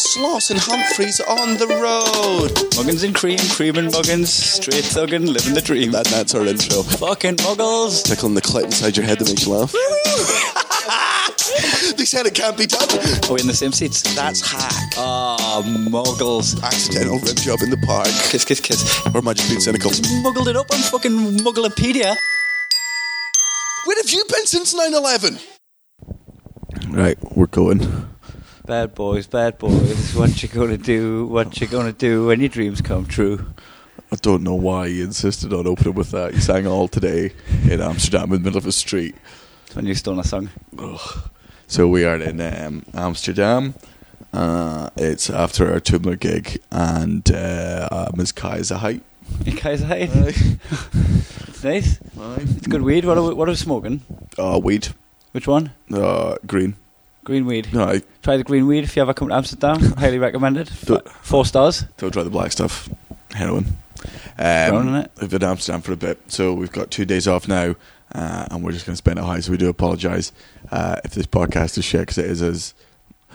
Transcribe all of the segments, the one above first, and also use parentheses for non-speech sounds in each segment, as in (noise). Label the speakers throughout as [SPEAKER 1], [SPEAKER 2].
[SPEAKER 1] Sloss and Humphreys on the road.
[SPEAKER 2] Muggins and cream, cream and muggins, straight thuggin', living the dream.
[SPEAKER 1] That, that's our intro.
[SPEAKER 2] Fucking muggles.
[SPEAKER 1] Tickling the clit inside your head that makes you laugh. (laughs) they said it can't be done.
[SPEAKER 2] Are we Oh, in the same seats?
[SPEAKER 1] That's hack.
[SPEAKER 2] Ah, muggles.
[SPEAKER 1] Accidental rib job in the park.
[SPEAKER 2] Kiss, kiss, kiss.
[SPEAKER 1] Or am I just being cynical?
[SPEAKER 2] Muggled it up on fucking Mugglepedia.
[SPEAKER 1] Where have you been since 9 11? Right, we're going.
[SPEAKER 3] Bad boys, bad boys, what you gonna do, what you gonna do when your dreams come true.
[SPEAKER 1] I don't know why he insisted on opening with that. He sang all today in Amsterdam in the middle of a street.
[SPEAKER 3] It's my new stoner song.
[SPEAKER 1] So we are in um, Amsterdam. Uh, it's after our Tumblr gig, and uh, uh, Ms. Kai is a height.
[SPEAKER 3] You guys hate? It's (laughs) nice. It's good weed. What are we, what are we smoking?
[SPEAKER 1] Uh, weed.
[SPEAKER 3] Which one?
[SPEAKER 1] Uh, green.
[SPEAKER 3] Green weed.
[SPEAKER 1] No, I
[SPEAKER 3] Try the green weed if you ever come to Amsterdam. Highly recommended.
[SPEAKER 1] Do-
[SPEAKER 3] F- Four stars.
[SPEAKER 1] don't try the black stuff. Heroin.
[SPEAKER 3] Going on
[SPEAKER 1] Um,
[SPEAKER 3] it.
[SPEAKER 1] we've been to Amsterdam for a bit, so we've got two days off now, uh, and we're just going to spend it high. So we do apologise uh, if this podcast is shit because it is as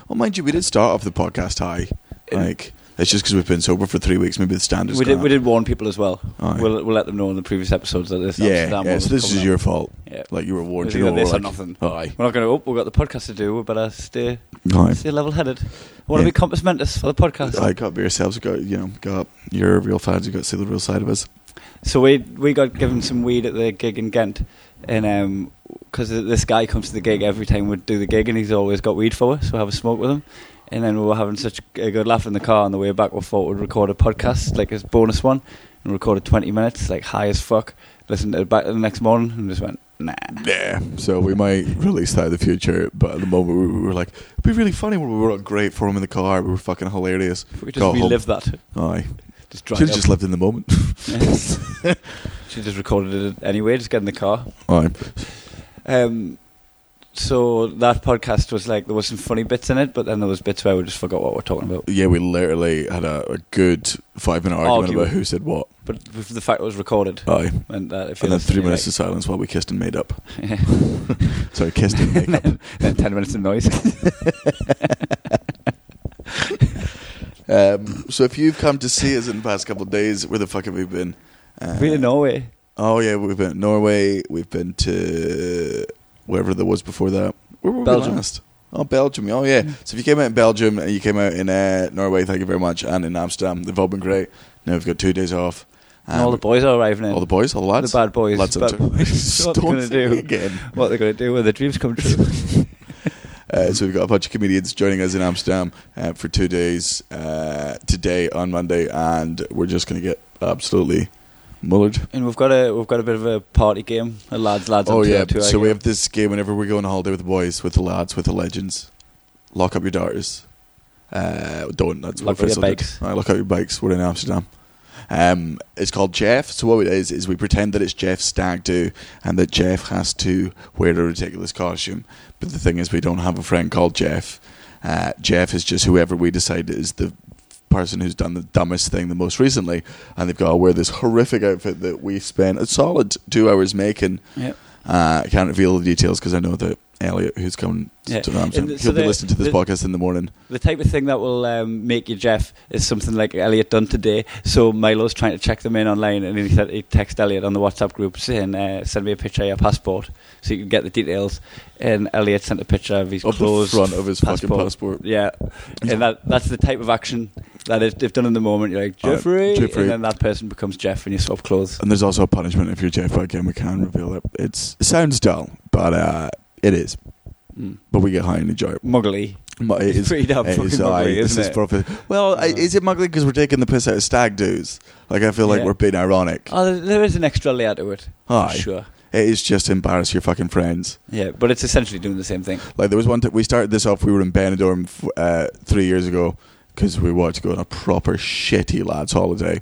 [SPEAKER 1] well. Mind you, we did start off the podcast high. Like it's just because we've been sober for three weeks. Maybe the standards.
[SPEAKER 3] We did, we did warn people as well.
[SPEAKER 1] Aye.
[SPEAKER 3] We'll, we'll let them know in the previous episodes that this
[SPEAKER 1] Yeah,
[SPEAKER 3] Amsterdam
[SPEAKER 1] yeah.
[SPEAKER 3] one
[SPEAKER 1] So
[SPEAKER 3] was
[SPEAKER 1] this is
[SPEAKER 3] coming
[SPEAKER 1] your
[SPEAKER 3] up.
[SPEAKER 1] fault.
[SPEAKER 3] Yeah.
[SPEAKER 1] Like you were warned.
[SPEAKER 3] It's
[SPEAKER 1] you
[SPEAKER 3] either
[SPEAKER 1] know,
[SPEAKER 3] this or
[SPEAKER 1] like,
[SPEAKER 3] nothing.
[SPEAKER 1] Aye.
[SPEAKER 3] We're not going to, oh, we've got the podcast to do. We better stay,
[SPEAKER 1] Aye.
[SPEAKER 3] stay level headed. want to
[SPEAKER 1] Yeah.
[SPEAKER 3] be compass mentis for the podcast.
[SPEAKER 1] I got yourselves. Got you know. Got your real fans. You got to see the real side of us.
[SPEAKER 3] So we we got given some weed at the gig in Ghent, and because this guy comes to the gig every time we do the gig, and he's always got weed for us. So we have a smoke with him, and then we were having such a good laugh in the car on the way back. We thought we'd record a podcast, like a bonus one, and recorded twenty minutes, like high as fuck. Listened to it back the next morning and just went, nah.
[SPEAKER 1] Yeah. So we might release that in the future, but at the moment we were like, it'd be really funny when we were on great for him in the car. We were fucking hilarious.
[SPEAKER 3] If we could
[SPEAKER 1] Go
[SPEAKER 3] just
[SPEAKER 1] home.
[SPEAKER 3] relive that.
[SPEAKER 1] Aye.
[SPEAKER 3] Just drive.
[SPEAKER 1] Should have just lived in the moment. (laughs)
[SPEAKER 3] (laughs) she just recorded it anyway. Just get in the car.
[SPEAKER 1] Aye.
[SPEAKER 3] Um, so that podcast was like there was some funny bits in it, but then there was bits where we just forgot what we're talking about.
[SPEAKER 1] Yeah, we literally had a, a good five minute argument
[SPEAKER 3] Argue.
[SPEAKER 1] about who said what.
[SPEAKER 3] But with the fact it was recorded,
[SPEAKER 1] Aye.
[SPEAKER 3] meant that if you
[SPEAKER 1] And then
[SPEAKER 3] listen,
[SPEAKER 1] three
[SPEAKER 3] you're
[SPEAKER 1] minutes of silence while we kissed and made up.
[SPEAKER 3] (laughs)
[SPEAKER 1] Sorry, kissed and made
[SPEAKER 3] like,
[SPEAKER 1] up.
[SPEAKER 3] then, then ten minutes of noise.
[SPEAKER 1] (laughs) Um, so if you've come to see us in the past couple of days, where the fuck have we been? Uh,
[SPEAKER 3] Really, Norway.
[SPEAKER 1] Oh yeah, we've been to Norway. We've been to wherever there was before that. Where were
[SPEAKER 3] Belgium. Mm.
[SPEAKER 1] we last? Oh, Belgium. Oh yeah. So if you came out in Belgium and you came out in uh, Norway, thank you very much, and in Amsterdam, they've all been great. Now we've got two days off.
[SPEAKER 3] And all the boys are arriving in.
[SPEAKER 1] all the boys, all the lads,
[SPEAKER 3] The bad boys, (laughs)
[SPEAKER 1] lads
[SPEAKER 3] bad
[SPEAKER 1] up (laughs)
[SPEAKER 3] boys. What
[SPEAKER 1] Don't
[SPEAKER 3] they're gonna
[SPEAKER 1] say
[SPEAKER 3] do.
[SPEAKER 1] again.
[SPEAKER 3] what they're going to do when their dreams come true.
[SPEAKER 1] (laughs) Uh, so we've got a bunch of comedians joining us in Amsterdam uh, for two days uh, today on Monday, and we're just going to get absolutely mullered.
[SPEAKER 3] and we've got a we've got a bit of a party game, a lads lads.
[SPEAKER 1] Oh
[SPEAKER 3] up to
[SPEAKER 1] yeah,
[SPEAKER 3] it too, I
[SPEAKER 1] so we
[SPEAKER 3] guess.
[SPEAKER 1] have this game whenever we go on holiday with the boys, with the lads, with the legends. Lock up your daughters. Uh, don't. That's
[SPEAKER 3] Lock
[SPEAKER 1] what
[SPEAKER 3] up your
[SPEAKER 1] Faisal did.
[SPEAKER 3] bikes.
[SPEAKER 1] Aye, lock up your bikes. We're in Amsterdam. Um, it's called Jeff. So what it is is we pretend that it's Jeff's stag do, and that Jeff has to wear a ridiculous costume. But the thing is, we don't have a friend called Jeff. Uh, Jeff is just whoever we decide is the person who's done the dumbest thing the most recently, and they've got to wear this horrific outfit that we spent a solid two hours making.
[SPEAKER 3] Yeah.
[SPEAKER 1] Uh, I can't reveal the details because I know that Elliot, who's coming
[SPEAKER 3] Yeah.
[SPEAKER 1] to Amsterdam,
[SPEAKER 3] And
[SPEAKER 1] he'll
[SPEAKER 3] so
[SPEAKER 1] be
[SPEAKER 3] the-
[SPEAKER 1] listening to this
[SPEAKER 3] the-
[SPEAKER 1] podcast in the morning.
[SPEAKER 3] The type of thing that will um, make you Jeff is something like Elliot done today. So Milo's trying to check them in online, and he said he texted Elliot on the WhatsApp group saying, uh, "Send me a picture of your passport so you can get the details." And Elliot sent a picture of his
[SPEAKER 1] Up the
[SPEAKER 3] closed
[SPEAKER 1] front of his fucking
[SPEAKER 3] passport.
[SPEAKER 1] passport.
[SPEAKER 3] Yeah, and that that's the type of action that if they've done in the moment. You're like
[SPEAKER 1] Uh,
[SPEAKER 3] Jeffrey,
[SPEAKER 1] Jeffrey.
[SPEAKER 3] and then that person becomes Jeff, and you swap clothes.
[SPEAKER 1] And there's also a punishment if you're Jeff, but again, we can reveal it. It's, it sounds dull, but uh, it is.
[SPEAKER 3] Mm.
[SPEAKER 1] But we get high and enjoy it.
[SPEAKER 3] Muggly.
[SPEAKER 1] Mu- it
[SPEAKER 3] It's
[SPEAKER 1] is-
[SPEAKER 3] pretty damn
[SPEAKER 1] it
[SPEAKER 3] fucking
[SPEAKER 1] is,
[SPEAKER 3] muggly,
[SPEAKER 1] aye, this
[SPEAKER 3] isn't
[SPEAKER 1] is
[SPEAKER 3] it? Uh.
[SPEAKER 1] profi- well, I, is it muggly because we're taking the piss out of stag dudes? Like, I feel like
[SPEAKER 3] Yeah.
[SPEAKER 1] we're being ironic.
[SPEAKER 3] Oh, there- there is an extra layer to it.
[SPEAKER 1] Aye.
[SPEAKER 3] Sure.
[SPEAKER 1] It is just embarrass your fucking friends.
[SPEAKER 3] Yeah, but it's essentially doing the same thing.
[SPEAKER 1] Like there was one time we started this off. We were in Benidorm f- uh, three years ago because we wanted to go on a proper shitty lads holiday,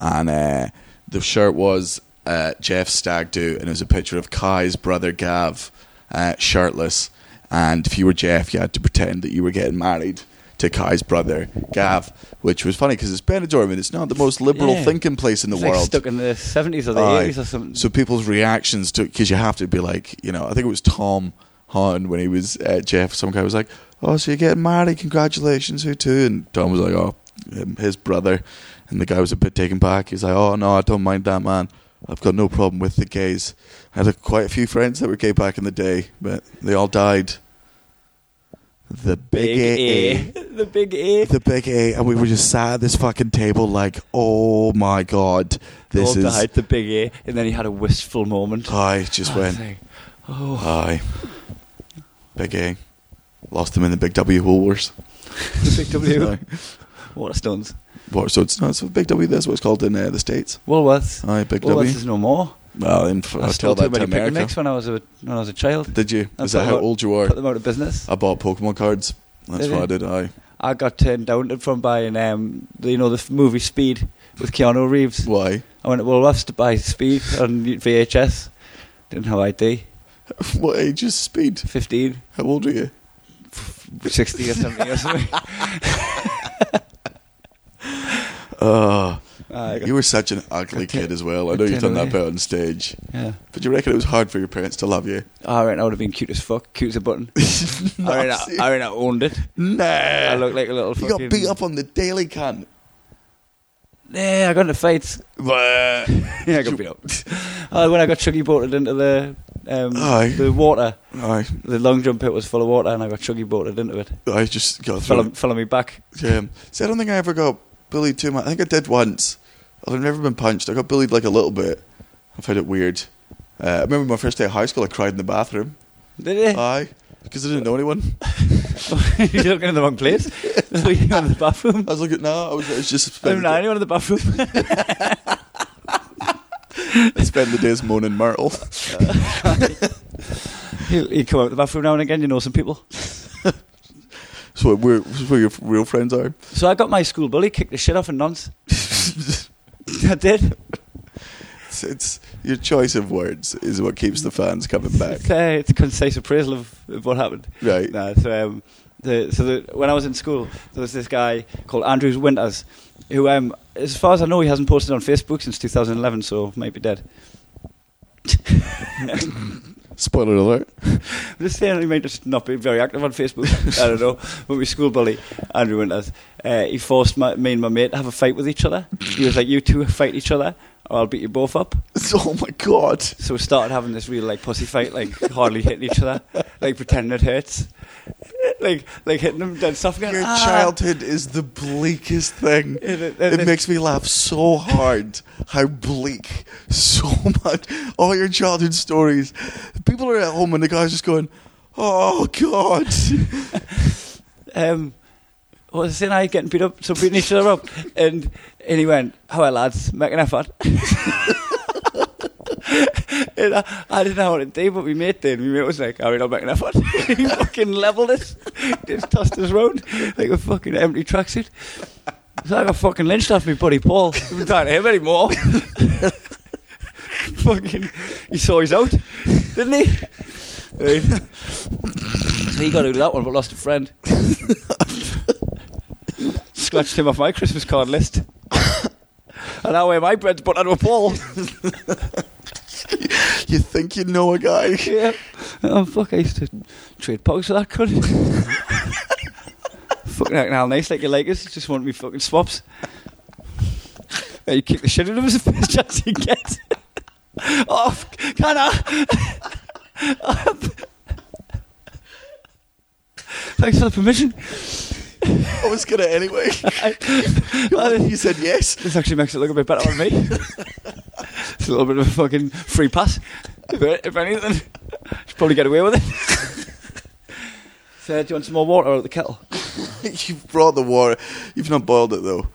[SPEAKER 1] and uh, the shirt was uh, Jeff Stag do, and it was a picture of Kai's brother Gav uh, shirtless. And if you were Jeff, you had to pretend that you were getting married to Kai's brother Gav, which was funny because it's Benidorm and it's not the most liberal
[SPEAKER 3] Yeah.
[SPEAKER 1] thinking place in the
[SPEAKER 3] It's like
[SPEAKER 1] world.
[SPEAKER 3] stuck in the seventies or the
[SPEAKER 1] Aye.
[SPEAKER 3] eighties or something.
[SPEAKER 1] So people's reactions to because you have to be like, you know, I think it was Tom on when he was at Jeff. Some guy was like, "Oh, so you're getting married? Congratulations, who too?" And Tom was like, "Oh, um, his brother." And the guy was a bit taken back. He's like, "Oh no, I don't mind that man. I've got no problem with the gays. I had a, quite a few friends that were gay back in the day, but they all died." The big, A.
[SPEAKER 3] (laughs) the big A.
[SPEAKER 1] the big A, and we were just sat at this fucking table like, oh my god, this
[SPEAKER 3] All
[SPEAKER 1] is.
[SPEAKER 3] died, the big A. And then he had a wistful moment.
[SPEAKER 1] I just
[SPEAKER 3] I
[SPEAKER 1] went,
[SPEAKER 3] think, Oh,
[SPEAKER 1] hi, big A, lost him in the big W
[SPEAKER 3] (laughs)
[SPEAKER 1] Woolworths.
[SPEAKER 3] the big W.
[SPEAKER 1] (laughs) Aye.
[SPEAKER 3] What a stunts.
[SPEAKER 1] What? So it's not so big W. That's what it's called in uh, the states.
[SPEAKER 3] Woolworths.
[SPEAKER 1] Aye, big
[SPEAKER 3] Woolworths
[SPEAKER 1] W.
[SPEAKER 3] is no more.
[SPEAKER 1] Well, in, f-
[SPEAKER 3] I
[SPEAKER 1] I'll
[SPEAKER 3] still
[SPEAKER 1] tell
[SPEAKER 3] too
[SPEAKER 1] that to
[SPEAKER 3] many pick and
[SPEAKER 1] America.
[SPEAKER 3] mix when I was a when I was a child.
[SPEAKER 1] Did you?
[SPEAKER 3] I
[SPEAKER 1] Is that
[SPEAKER 3] put
[SPEAKER 1] how
[SPEAKER 3] what-
[SPEAKER 1] old you were?
[SPEAKER 3] Put them out of business.
[SPEAKER 1] I bought Pokemon cards. That's
[SPEAKER 3] Did
[SPEAKER 1] what
[SPEAKER 3] you?
[SPEAKER 1] I did. I
[SPEAKER 3] I got turned down from buying um the- you know the f- movie Speed with Keanu Reeves.
[SPEAKER 1] why? (laughs)
[SPEAKER 3] I went to Woolworths to buy Speed on VHS. Didn't have ID.
[SPEAKER 1] what age is Speed?
[SPEAKER 3] 15,
[SPEAKER 1] How old are you?
[SPEAKER 3] 16 or something or something.
[SPEAKER 1] (laughs) Uh,
[SPEAKER 3] I got-
[SPEAKER 1] you were such an ugly
[SPEAKER 3] ten-
[SPEAKER 1] kid as well. I
[SPEAKER 3] got
[SPEAKER 1] know you've done
[SPEAKER 3] ten
[SPEAKER 1] that
[SPEAKER 3] away.
[SPEAKER 1] bit on stage.
[SPEAKER 3] yeah.
[SPEAKER 1] But you reckon it was hard for your parents to love you? (laughs)
[SPEAKER 3] I reckon I would have been cute as fuck, cute as a button. I reckon I, I reckon I owned it.
[SPEAKER 1] nah.
[SPEAKER 3] I looked like a little
[SPEAKER 1] you
[SPEAKER 3] fucking.
[SPEAKER 1] got beat up on the daily can.
[SPEAKER 3] Yeah, I got into fights. (laughs) Yeah, I got beat up. Oh, when I got chuggy bolted into the um,
[SPEAKER 1] Aye.
[SPEAKER 3] the water,
[SPEAKER 1] I,
[SPEAKER 3] the long jump pit was full of water, and I got chuggy bolted into it.
[SPEAKER 1] I just got
[SPEAKER 3] Fell
[SPEAKER 1] through.
[SPEAKER 3] on, fell on me back.
[SPEAKER 1] it. Yeah. See, I don't think I ever got bullied too much. I think I did once. I've never been punched. I got bullied like a little bit. I found it weird. Uh, I remember my first day of high school. I cried in the bathroom.
[SPEAKER 3] Did it?
[SPEAKER 1] Aye, because I didn't know anyone.
[SPEAKER 3] (laughs) You're looking in the wrong place.
[SPEAKER 1] (laughs)
[SPEAKER 3] (laughs) Looking in the bathroom.
[SPEAKER 1] I was looking. No, I was, I was just
[SPEAKER 3] (laughs) I
[SPEAKER 1] spending,
[SPEAKER 3] don't know anyone in the bathroom. (laughs)
[SPEAKER 1] I spent the days moaning Myrtle. (laughs)
[SPEAKER 3] you, you come out the bathroom now and again. You know some people.
[SPEAKER 1] so we're, where your real friends are.
[SPEAKER 3] So I got my school bully kicked the shit off and nonce. (laughs) I did.
[SPEAKER 1] It's, it's your choice of words is what keeps the fans coming back,
[SPEAKER 3] (laughs) It's, uh, it's a concise appraisal of, of what happened.
[SPEAKER 1] right?
[SPEAKER 3] No, so um, the, so the, when I was in school, there was this guy called Andrews Winters, who, um, as far as I know, he hasn't posted on Facebook since 2011, so might be dead.
[SPEAKER 1] Spoiler alert. (laughs)
[SPEAKER 3] I'm just saying he might just not be very active on Facebook. I don't know. But my school bully, Andrew Winters, uh, he forced my, me and my mate to have a fight with each other. He was like, "You two fight each other, or I'll beat you both up."
[SPEAKER 1] Oh my god.
[SPEAKER 3] So we started having this real like pussy fight, like hardly hitting each other, like pretending it hurts, like like hitting them dead soft. going,
[SPEAKER 1] Your
[SPEAKER 3] "Ah."
[SPEAKER 1] childhood is the bleakest thing.
[SPEAKER 3] And it- and
[SPEAKER 1] It
[SPEAKER 3] it-
[SPEAKER 1] makes me laugh so hard how bleak so much all your childhood stories. People are at home and the guy's just going, Oh God.
[SPEAKER 3] um, what was I saying? I getting beat up, so beating each other up, and and he went, "How are lads? Making an effort." (laughs) and I, I didn't know what to do, but we mate did. We mate was like, "All right, I'll make an effort." (laughs) he fucking levelled us, just tossed us round like a fucking empty tracksuit. So I got fucking lynched off me buddy (laughs) Paul. I didn't talk to him anymore. (laughs) fucking, he saw his out, didn't he? Right. So (laughs) he got out of that one, but lost a friend. Scratched him off my Christmas card list. (coughs) And I wear my bread's but onto a pole.
[SPEAKER 1] You think you know a guy.
[SPEAKER 3] (laughs) yeah. Oh, fuck, I used to trade pogs for that (laughs) cunt. fucking acting all nice like you like us. Just want me fucking swaps. Yeah, you kick the shit out of us the first chance you (laughs) get. Off, can I? (laughs) Thanks for the (laughs) permission.
[SPEAKER 1] I was gonna
[SPEAKER 3] (laughs)
[SPEAKER 1] anyway.
[SPEAKER 3] I-
[SPEAKER 1] you said yes.
[SPEAKER 3] This actually makes it look a bit better on (laughs) me. it's a little bit of a fucking free pass. If, if anything, should probably get away with it. (laughs) so, do you want some more water out of the kettle?
[SPEAKER 1] You've brought the water. You've not boiled it though.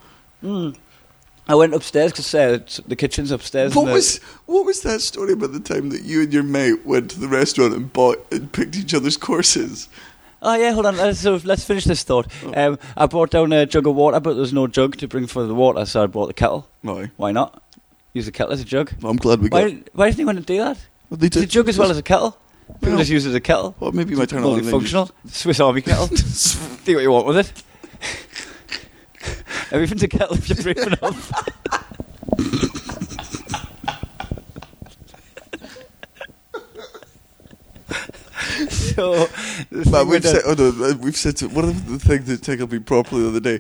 [SPEAKER 3] I went upstairs because uh, the kitchen's upstairs.
[SPEAKER 1] What
[SPEAKER 3] and the-
[SPEAKER 1] was what was that story about the time that you and your mate went to the restaurant and bought and picked each other's courses?
[SPEAKER 3] Oh yeah, hold on. Let's, so let's finish this thought. Um, I brought down a jug of water, but there was no jug to bring for the water, so I brought the kettle.
[SPEAKER 1] No.
[SPEAKER 3] Why not? Use the kettle as a jug.
[SPEAKER 1] I'm glad we got.
[SPEAKER 3] Why? Why didn't anyone do that?
[SPEAKER 1] Well, they
[SPEAKER 3] It's a
[SPEAKER 1] did-
[SPEAKER 3] jug as well as a kettle. People
[SPEAKER 1] Well-
[SPEAKER 3] just use it as a kettle.
[SPEAKER 1] Well, maybe you might turn it on. and then
[SPEAKER 3] Multifunctional Swiss Army (laughs) kettle.
[SPEAKER 1] (laughs)
[SPEAKER 3] Do what you want with it. (laughs) Everything's a kettle if you're breathing up. (laughs) so, the thing
[SPEAKER 1] Man, we've
[SPEAKER 3] with the-
[SPEAKER 1] said, oh no, we've said to, one of the things that tickled me properly the other day.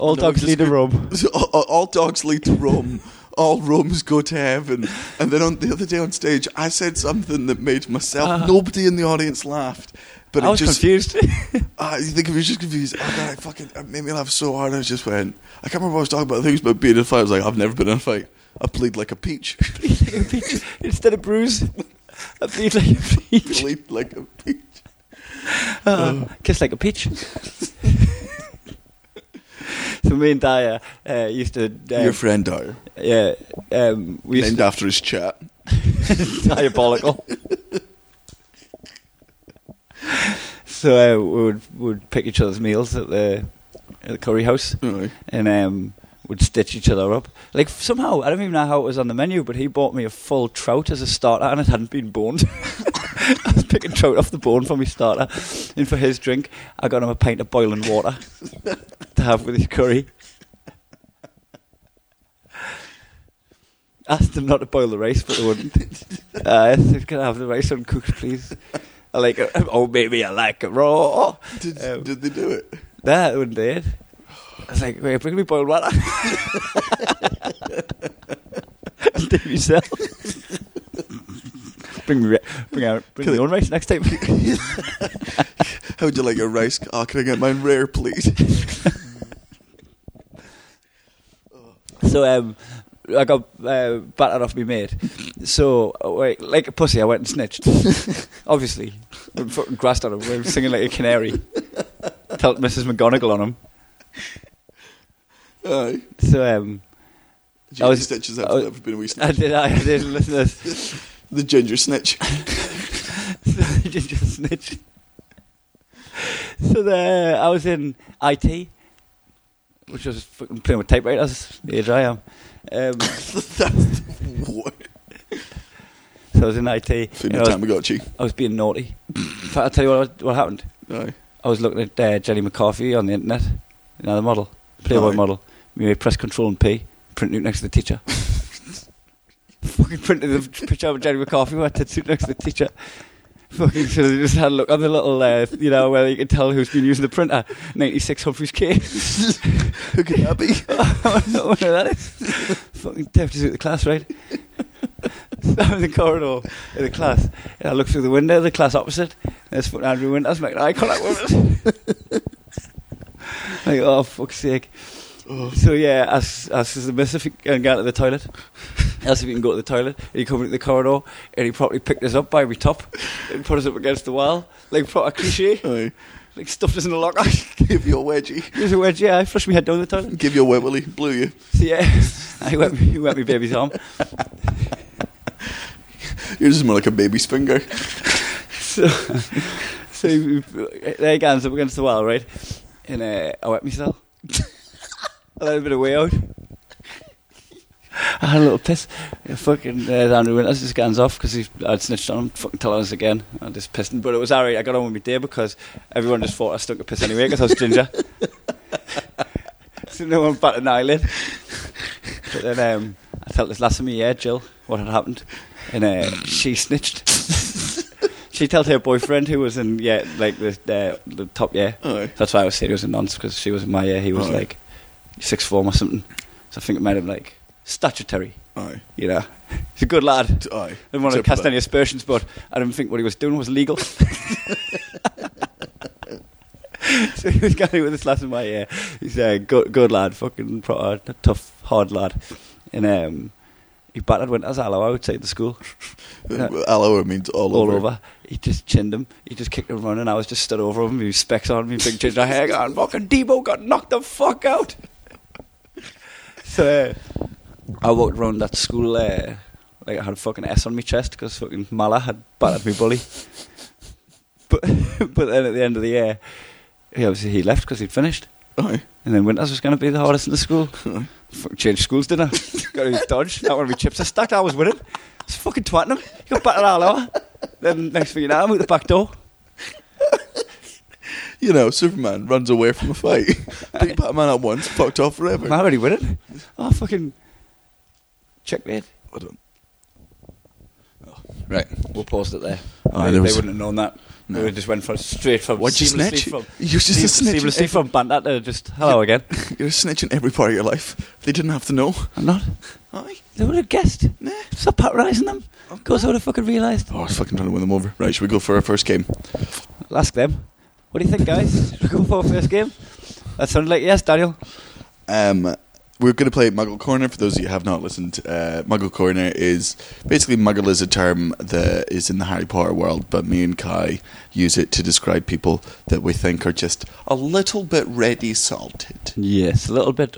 [SPEAKER 3] all
[SPEAKER 1] no,
[SPEAKER 3] dogs
[SPEAKER 1] just-
[SPEAKER 3] lead a room.
[SPEAKER 1] all, all- all dogs lead to
[SPEAKER 3] (laughs)
[SPEAKER 1] Rome. All Rome's go to heaven. And then on the other day on stage, I said something that made myself.
[SPEAKER 3] Ah.
[SPEAKER 1] nobody in the audience laughed, but
[SPEAKER 3] I
[SPEAKER 1] it
[SPEAKER 3] was
[SPEAKER 1] just
[SPEAKER 3] confused. (laughs)
[SPEAKER 1] I think it was just confused. Oh, God, it fucking it made me laugh so hard. I just went. I can't remember what I was talking about. I think it was about being in a fight. I was like, I've never been in a fight. I plead like a peach. (laughs)
[SPEAKER 3] Instead of bruise, I bleed like a peach.
[SPEAKER 1] plead like a peach. Oh.
[SPEAKER 3] Uh, kiss like a peach. (laughs) so me and Dyer uh, used to. Um,
[SPEAKER 1] Your friend Dyer,
[SPEAKER 3] Yeah, um, we used
[SPEAKER 1] named after his chat.
[SPEAKER 3] to (laughs) diabolical. (laughs) so uh, we would would pick each other's meals at the at the curry house. (laughs)
[SPEAKER 1] Anyway,
[SPEAKER 3] and um, would stitch each other up. Like somehow, I don't even know how it was on the menu, but he bought me a full trout as a starter, and it hadn't been boned. (laughs) I was picking trout off the bone for my starter, and for his drink, I got him a pint of boiling water to have with his curry. (laughs) Asked them not to boil the rice, but they wouldn't. Uh, I said, "Can I have the rice uncooked, please?" I like, it. oh, maybe I like it raw.
[SPEAKER 1] did,
[SPEAKER 3] Um,
[SPEAKER 1] did they do it?
[SPEAKER 3] That one did. I was like, wait, bring me boiled water. Did yourself. (laughs) bring me, ri- bring out, bring
[SPEAKER 1] Can
[SPEAKER 3] your
[SPEAKER 1] I-
[SPEAKER 3] own rice next time. (laughs)
[SPEAKER 1] How would you like your rice? Oh, can I get mine rare, please?
[SPEAKER 3] so um, I got uh, battered off my mate. So uh, like, like a pussy, I went and snitched. Obviously, I fucking grassed on him. I was singing like a canary. Felt Mrs. McGonagall on him.
[SPEAKER 1] Aye.
[SPEAKER 3] So um,
[SPEAKER 1] Did you get
[SPEAKER 3] I was-
[SPEAKER 1] any stitches
[SPEAKER 3] I
[SPEAKER 1] after
[SPEAKER 3] was-
[SPEAKER 1] that for being a wee
[SPEAKER 3] I
[SPEAKER 1] snitch?
[SPEAKER 3] did. I did listen to this.
[SPEAKER 1] The ginger snitch. (laughs)
[SPEAKER 3] so they (laughs) just, just snitch. So the, I was in IT, which was fucking playing with typewriters. The age I am. Um,
[SPEAKER 1] That's what?
[SPEAKER 3] so I was in IT.
[SPEAKER 1] Food
[SPEAKER 3] and
[SPEAKER 1] and
[SPEAKER 3] I, was,
[SPEAKER 1] Tamagotchi.
[SPEAKER 3] I was being naughty. In fact, I'll tell you what, what happened.
[SPEAKER 1] Aye.
[SPEAKER 3] I was looking at uh, Jenny McCarthy on the internet, another model, Playboy
[SPEAKER 1] Right.
[SPEAKER 3] model. We press Control and P, print out next to the teacher. Fucking printed the picture of Jenny McCarthy with her tits out next to the teacher. Fucking so they just had a look on the little, uh, you know, where you can tell who's been using the printer. 96 Humphreys K.
[SPEAKER 1] Who could that be?
[SPEAKER 3] (laughs) I don't know what that is. Fucking deputies out the class, right? (laughs) so I'm in the corridor in the class, and I look through the window, the class opposite, and there's fucking Andrew Winters making eye contact with us. (laughs) like, oh, fuck's sake.
[SPEAKER 1] Oh.
[SPEAKER 3] So, yeah, ask, ask the miss if he can get out of the toilet. (laughs) Asked if he can go to the toilet, and he come into the corridor, and he probably picked us up by my top and put us up against the wall, like proper cliche,
[SPEAKER 1] Aye.
[SPEAKER 3] like (laughs) stuffed us in a locker.
[SPEAKER 1] Give you a wedgie.
[SPEAKER 3] Here's a wedge, yeah, I flushed uh, my head down the toilet. (laughs)
[SPEAKER 1] Give you a wet willy. Blew you.
[SPEAKER 3] So, yeah, (laughs) I wet, me- wet my baby's arm.
[SPEAKER 1] Yours is more like a baby's finger.
[SPEAKER 3] (laughs) So, so he- there he goes up against the wall, right? And uh, I wet myself. I let (laughs) a bit of way out. I had a little piss. And fucking uh, Andrew Winters just gans off because I'd snitched on him. Fucking telling us again. I just pissed him. But it was alright. I got on with my day because everyone just thought I stunk a piss anyway because I was ginger. (laughs) so no one batted an eyelid. But then um, I felt this last of my year, Jill, what had happened. And uh, she snitched. she told her boyfriend who was in, yeah, like the, uh, the top year.
[SPEAKER 1] Aye.
[SPEAKER 3] That's why I was saying he was a nonce because she was in my year. He was
[SPEAKER 1] Right.
[SPEAKER 3] like sixth form or something. So I think it made him like statutory.
[SPEAKER 1] Aye.
[SPEAKER 3] You know, (laughs) he's a good lad.
[SPEAKER 1] T- Aye.
[SPEAKER 3] I didn't want
[SPEAKER 1] Except
[SPEAKER 3] to
[SPEAKER 1] for
[SPEAKER 3] cast
[SPEAKER 1] that.
[SPEAKER 3] any aspersions, but I didn't think what he was doing was legal. (laughs) so he was going with this lad in my year. He's a good, good lad, fucking pro- a tough, hard lad, and um, he battered Winters Aloe outside the school
[SPEAKER 1] Uh, Aloe means all,
[SPEAKER 3] all over. He just chinned him. He just kicked him running. I was just stood over him. He was specs on me, big ginger hair. And fucking Debo got knocked the fuck out. (laughs) So uh, I walked around that school uh, like I had a fucking S on my chest because fucking Mala had battered me bully. (laughs) But (laughs) but then at the end of the year, he obviously he left because he'd finished.
[SPEAKER 1] Aye.
[SPEAKER 3] And then Winters was going to be the hardest in the
[SPEAKER 1] (laughs)
[SPEAKER 3] school.
[SPEAKER 1] Aye.
[SPEAKER 3] Fucking changed schools, didn't I?
[SPEAKER 1] (laughs)
[SPEAKER 3] got to be dodged. That one of my chips I stacked. I was winning. I was fucking twatting him. He got battered all over. Then next thing you know, I'm out the back door.
[SPEAKER 1] You know, Superman runs away from a
[SPEAKER 3] (laughs)
[SPEAKER 1] fight. Beat Batman at once, fucked off forever.
[SPEAKER 3] I'm already winning. Oh, fucking checkmate.
[SPEAKER 1] I don't. Oh, Right.
[SPEAKER 3] We'll post it there.
[SPEAKER 1] Oh,
[SPEAKER 3] they,
[SPEAKER 1] there was-
[SPEAKER 3] they wouldn't have known that.
[SPEAKER 1] No.
[SPEAKER 3] They just went from straight from
[SPEAKER 1] What'd you
[SPEAKER 3] seamlessly
[SPEAKER 1] snitch?
[SPEAKER 3] From,
[SPEAKER 1] You're just a
[SPEAKER 3] seam-
[SPEAKER 1] snitch.
[SPEAKER 3] Seamlessly from banter to just hello
[SPEAKER 1] (laughs)
[SPEAKER 3] again.
[SPEAKER 1] You're snitching every part of your life. They didn't have to know.
[SPEAKER 3] I'm not.
[SPEAKER 1] Aye.
[SPEAKER 3] They would have guessed.
[SPEAKER 1] Nah.
[SPEAKER 3] Stop patronising them. Because I would have fucking realised.
[SPEAKER 1] Oh, I was fucking trying to win them over. Right, should we go for our first game?
[SPEAKER 3] I'll ask them. What do you think, guys? (laughs) Should we go for our first game? That sounded like yes, Daniel.
[SPEAKER 1] Um, we're going to play Muggle Corner. For those of you who have not listened, uh, Muggle Corner is basically Muggle is a term that is in the Harry Potter world, but me and Kai use it to describe people that we think are just a little bit ready salted.
[SPEAKER 3] Yes, a little bit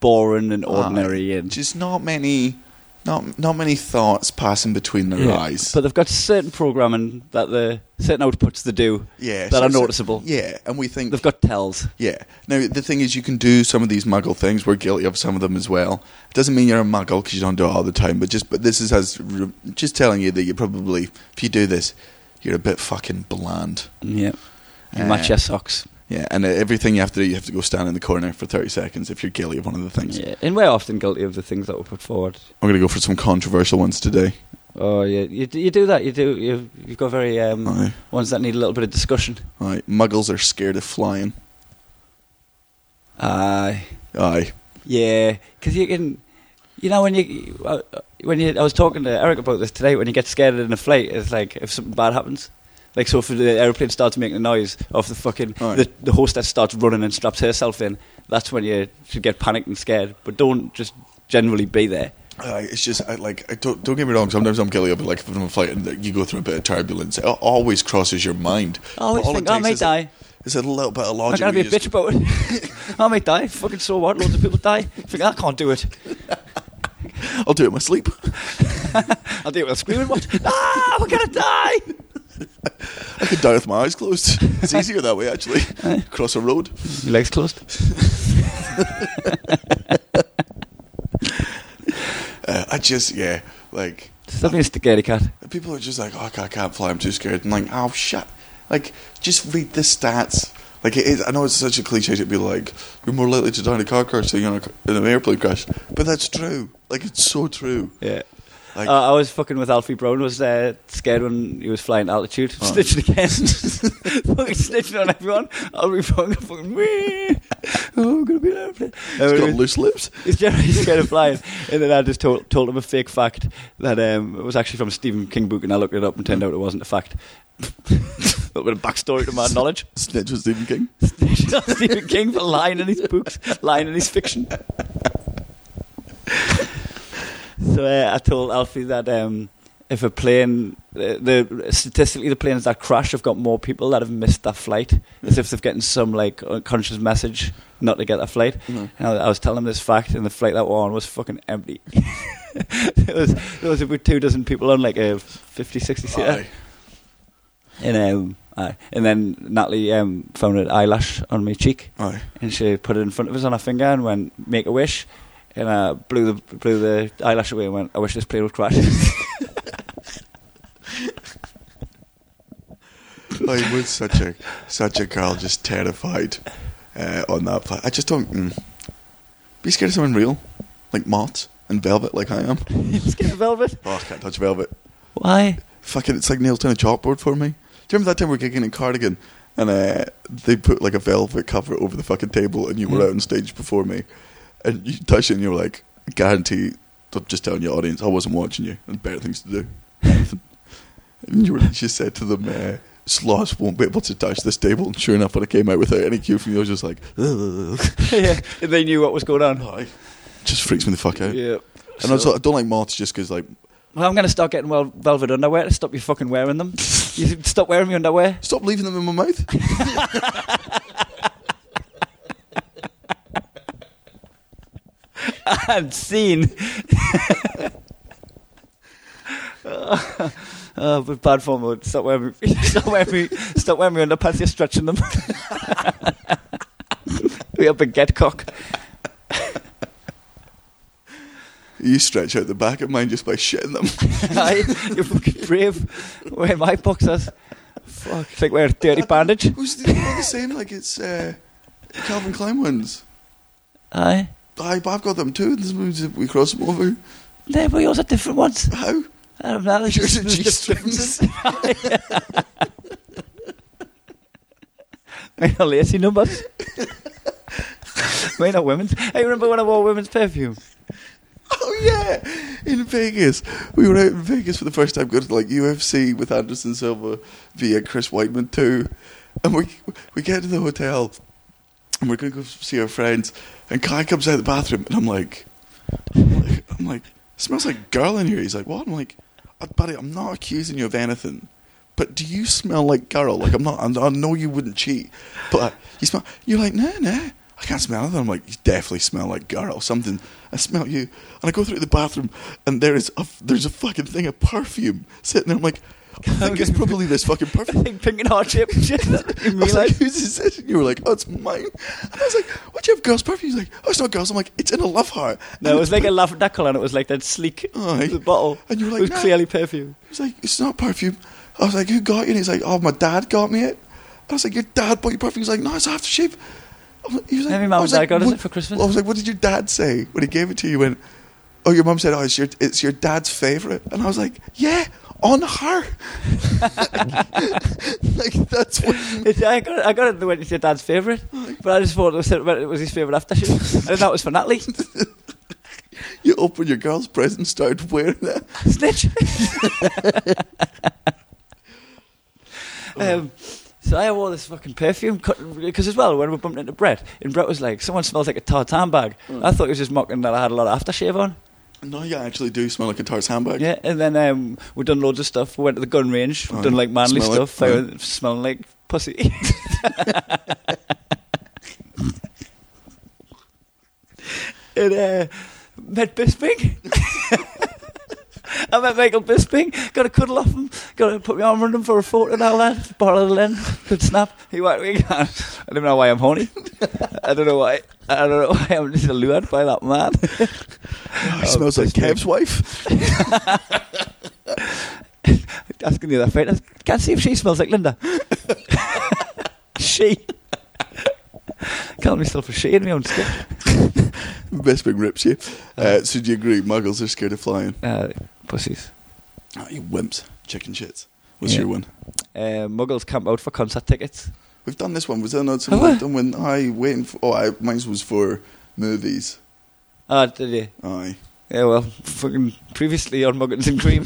[SPEAKER 3] boring and
[SPEAKER 1] Ah,
[SPEAKER 3] ordinary
[SPEAKER 1] Aye.
[SPEAKER 3] and
[SPEAKER 1] just not many, not not many thoughts passing between their
[SPEAKER 3] Yeah.
[SPEAKER 1] eyes.
[SPEAKER 3] But they've got certain programming that the certain outputs they do
[SPEAKER 1] yeah,
[SPEAKER 3] that
[SPEAKER 1] so-
[SPEAKER 3] are
[SPEAKER 1] so-
[SPEAKER 3] noticeable.
[SPEAKER 1] yeah, and we think
[SPEAKER 3] They've got tells.
[SPEAKER 1] Yeah. Now the thing is, you can do some of these muggle things. We're guilty of some of them as well. It doesn't mean you're a muggle because you don't do it all the time. But just, but this is as re- just telling you that you probably, if you do this, you're a bit fucking bland.
[SPEAKER 3] Yeah. You
[SPEAKER 1] Uh,
[SPEAKER 3] match your socks.
[SPEAKER 1] Yeah. And uh, everything you have to do, you have to go stand in the corner for thirty seconds if you're guilty of one of the things.
[SPEAKER 3] Yeah. And we're often guilty of the things that we put forward.
[SPEAKER 1] I'm gonna go for some controversial ones today.
[SPEAKER 3] Oh, yeah. You, d- you do that. You do. You've, you've got very um,
[SPEAKER 1] Aye.
[SPEAKER 3] ones that need a little bit of discussion.
[SPEAKER 1] Aye. Muggles are scared of flying.
[SPEAKER 3] Aye.
[SPEAKER 1] Aye.
[SPEAKER 3] Yeah, because you can, you know, when you uh, when you, I was talking to Eric about this today. When you get scared in a flight, it's like if something bad happens. Like so, if the airplane starts making a noise, or if the fucking
[SPEAKER 1] Aye.
[SPEAKER 3] the, the hostess starts running and straps herself in, that's when you should get panicked and scared. But don't just generally be there.
[SPEAKER 1] Uh, it's just I, like I don't don't get me wrong. Sometimes I'm guilty of it. Like if I'm on a flight and like, you go through a bit of turbulence, it al- always crosses your mind.
[SPEAKER 3] I always
[SPEAKER 1] But all it
[SPEAKER 3] think I
[SPEAKER 1] takes
[SPEAKER 3] may
[SPEAKER 1] is a-
[SPEAKER 3] die.
[SPEAKER 1] It's a little bit of
[SPEAKER 3] I'm
[SPEAKER 1] logic.
[SPEAKER 3] gonna be
[SPEAKER 1] you
[SPEAKER 3] a bitch
[SPEAKER 1] just-
[SPEAKER 3] about it. (laughs) I may die. Fucking so what? Loads of people die. Think I can't do it.
[SPEAKER 1] I'll do it in my sleep.
[SPEAKER 3] I'll do it with a screaming watch. (laughs) Ah, we're gonna die.
[SPEAKER 1] I could die with my eyes closed.
[SPEAKER 3] (laughs)
[SPEAKER 1] It's easier that way, actually. Cross a road.
[SPEAKER 3] Your legs closed.
[SPEAKER 1] Uh, I just yeah, like
[SPEAKER 3] Stop being a scaredy cat.
[SPEAKER 1] people are just like, oh, I ca- I can't fly. I'm too scared. And like, oh shit. Like just read the stats. Like it is. I know it's such a cliche to be like, you're more likely to die in a car crash than you're in, a, in an airplane crash, but that's true. Like it's so true.
[SPEAKER 3] Yeah.
[SPEAKER 1] Like-
[SPEAKER 3] uh, I was fucking with Alfie Brown. Was uh, scared when he was flying altitude.
[SPEAKER 1] Oh.
[SPEAKER 3] Snitching again. (laughs) fucking snitching on everyone. Alfie Brown go fucking. "Wee." Oh, I'm gonna be an airplane. Uh,
[SPEAKER 1] It's
[SPEAKER 3] he
[SPEAKER 1] got
[SPEAKER 3] was-
[SPEAKER 1] loose lips.
[SPEAKER 3] He's generally scared of flying, and then I just told, told him a fake fact that um, it was actually from a Stephen King book, and I looked it up and turned
[SPEAKER 1] Hmm.
[SPEAKER 3] out it wasn't a fact. (laughs) a little bit of backstory to my
[SPEAKER 1] (laughs)
[SPEAKER 3] knowledge.
[SPEAKER 1] Snitch was Stephen King.
[SPEAKER 3] Stephen King for lying in his books, lying in his fiction. so uh, I told Alfie that um, if a plane, the, the statistically the planes that crash have got more people that have missed that flight, as if they've gotten some like unconscious message not to get that flight. And I, I was telling him this fact, and the flight that we're on was fucking empty. (laughs) there was there was about two dozen people on like a 50, 60 seater.
[SPEAKER 1] Aye.
[SPEAKER 3] And um, aye. and then Natalie um, found an eyelash on my cheek,
[SPEAKER 1] Aye.
[SPEAKER 3] and she put it in front of us on her finger and went, "Make a wish." And I blew the blew the eyelash away and went, "I wish this plane would crash." (laughs)
[SPEAKER 1] I was such a such a girl, just terrified uh, on that flight. I just don't mm. be scared of something real, like moths and velvet, like I am.
[SPEAKER 3] Skin velvet.
[SPEAKER 1] Oh, I can't touch velvet.
[SPEAKER 3] Why?
[SPEAKER 1] Fucking, it's like nails down a chalkboard for me. Do you remember that time we were gigging in Cardigan and uh, they put like a velvet cover over the fucking table and you were
[SPEAKER 3] Mm.
[SPEAKER 1] out on stage before me and you touched it and you were like, guarantee, I'm just telling your audience, I wasn't watching you. There's better things to do. (laughs) and you were, she said to them, uh, sloths won't be able to touch this table. And sure enough, when I came out without any cue from you, I was just like,
[SPEAKER 3] (laughs)
[SPEAKER 1] (laughs)
[SPEAKER 3] yeah, and they knew what was going on.
[SPEAKER 1] Hi. just freaks me the fuck out.
[SPEAKER 3] Yeah.
[SPEAKER 1] And also, I don't like moths just because, like,
[SPEAKER 3] well, I'm going to start getting well, velvet underwear to stop you fucking wearing them. you should stop wearing my underwear. (laughs)
[SPEAKER 1] stop leaving them in my mouth. (laughs)
[SPEAKER 3] and seen. (laughs) oh, but bad form would stop wearing me, (laughs) stop wearing me, stop wearing me underpants. You're stretching them. (laughs) we have a get cock.
[SPEAKER 1] You stretch out the back of mine just by shitting them.
[SPEAKER 3] Aye, you're fucking brave. Wear my boxers. Fuck, it's like wearing a dirty bandage.
[SPEAKER 1] Who's the, they're the same? Like it's uh, Calvin Klein ones.
[SPEAKER 3] Aye,
[SPEAKER 1] I, I've got them too. This means that we cross them over.
[SPEAKER 3] there, but yours are different ones.
[SPEAKER 1] How?
[SPEAKER 3] I don't know. it's
[SPEAKER 1] Yours
[SPEAKER 3] just-
[SPEAKER 1] are
[SPEAKER 3] it's
[SPEAKER 1] G-strings.
[SPEAKER 3] Mine are lacy numbers. (laughs) Mine are women's. I remember when I wore women's perfume.
[SPEAKER 1] Oh yeah, in Vegas, we were out in Vegas for the first time, going to like UFC with Anderson Silva via Chris Whiteman too, and we we get to the hotel, and we're gonna go see our friends, and Kai comes out of the bathroom, and I'm like, I'm like, I'm like smells like girl in here. He's like, what? I'm like, "Uh, buddy, I'm not accusing you of anything. But do you smell like girl? Like I'm not. I'm- I know you wouldn't cheat, but you smell. You're like, no, no, I can't smell it. I'm like, you definitely smell like girl. Something. I smell you, and I go through the bathroom, and there is a f- there's a fucking thing of perfume sitting there. I'm like, I think it's probably this fucking
[SPEAKER 3] I
[SPEAKER 1] perfume.
[SPEAKER 3] think pink and heart shape and shit. (laughs) You
[SPEAKER 1] I was like,
[SPEAKER 3] realise?
[SPEAKER 1] whose is this? And you were like, oh, it's mine. And I was like, what do you have girls' perfume? He's like, oh, it's not girls. I'm like, it's in a love heart.
[SPEAKER 3] No, it was like a lavender colour and it was like that sleek
[SPEAKER 1] Aye.
[SPEAKER 3] the bottle.
[SPEAKER 1] And you were like,
[SPEAKER 3] it was
[SPEAKER 1] "No."
[SPEAKER 3] clearly perfume.
[SPEAKER 1] He's like, it's not perfume. I was like, who got you? And he's like, oh, my dad got me it. I was like, your dad bought you perfume? He's like, no, it's aftershave. I was- He was
[SPEAKER 3] Maybe mum
[SPEAKER 1] I
[SPEAKER 3] "Oh,
[SPEAKER 1] was
[SPEAKER 3] and dad got us
[SPEAKER 1] what-
[SPEAKER 3] it for Christmas.
[SPEAKER 1] I was like, what did your dad say when he gave it to you? He went, oh, your mum said, oh, it's your, it's your dad's favourite. And I was like, yeah, on her. (laughs) like, that's what...
[SPEAKER 3] (laughs) It, I got it, I got it when it's your dad's favourite. But I just thought it was, it was his favourite after shit. And that was for Natalie.
[SPEAKER 1] You open your girl's present, start wearing it.
[SPEAKER 3] Snitch. um, so I wore this fucking perfume because as well when we bumped into Brett and Brett was like, "Someone smells like a tartan bag." I thought he was just mocking that I had a lot of aftershave on.
[SPEAKER 1] No, you actually do smell like a tart's handbag. (laughs)
[SPEAKER 3] Yeah, and then um, we done loads of stuff. We went to the gun range. We
[SPEAKER 1] Aye.
[SPEAKER 3] done like manly
[SPEAKER 1] Smell it.
[SPEAKER 3] stuff. I
[SPEAKER 1] Aye.
[SPEAKER 3] went smelling like pussy. (laughs) and uh, met Bisping. (laughs) I met Michael Bisping. Got a cuddle off him. Got to put my arm around him for a photo now, lad. Borrow the lens. Good snap. He went, we can. (laughs) I don't know why I'm horny. I don't know why. I don't know why I'm just allured by that man.
[SPEAKER 1] Oh, it smells like
[SPEAKER 3] Christine.
[SPEAKER 1] Kev's wife. (laughs)
[SPEAKER 3] asking the other fighters, can't see if she smells like Linda. she. Call myself a she in my own skin.
[SPEAKER 1] Best big rips you. Uh, so do you agree? Muggles are scared of flying.
[SPEAKER 3] Uh, pussies.
[SPEAKER 1] Oh, you wimps. Chicken shits. What's
[SPEAKER 3] Yeah.
[SPEAKER 1] your one?
[SPEAKER 3] Uh, muggles camp out for concert tickets.
[SPEAKER 1] We've done this one. Was there not
[SPEAKER 3] Have
[SPEAKER 1] someone
[SPEAKER 3] we?
[SPEAKER 1] done one? I waiting for. Oh, I, mine was for movies.
[SPEAKER 3] Ah, did you?
[SPEAKER 1] Aye.
[SPEAKER 3] Yeah, well, fucking previously on Muggins and Cream.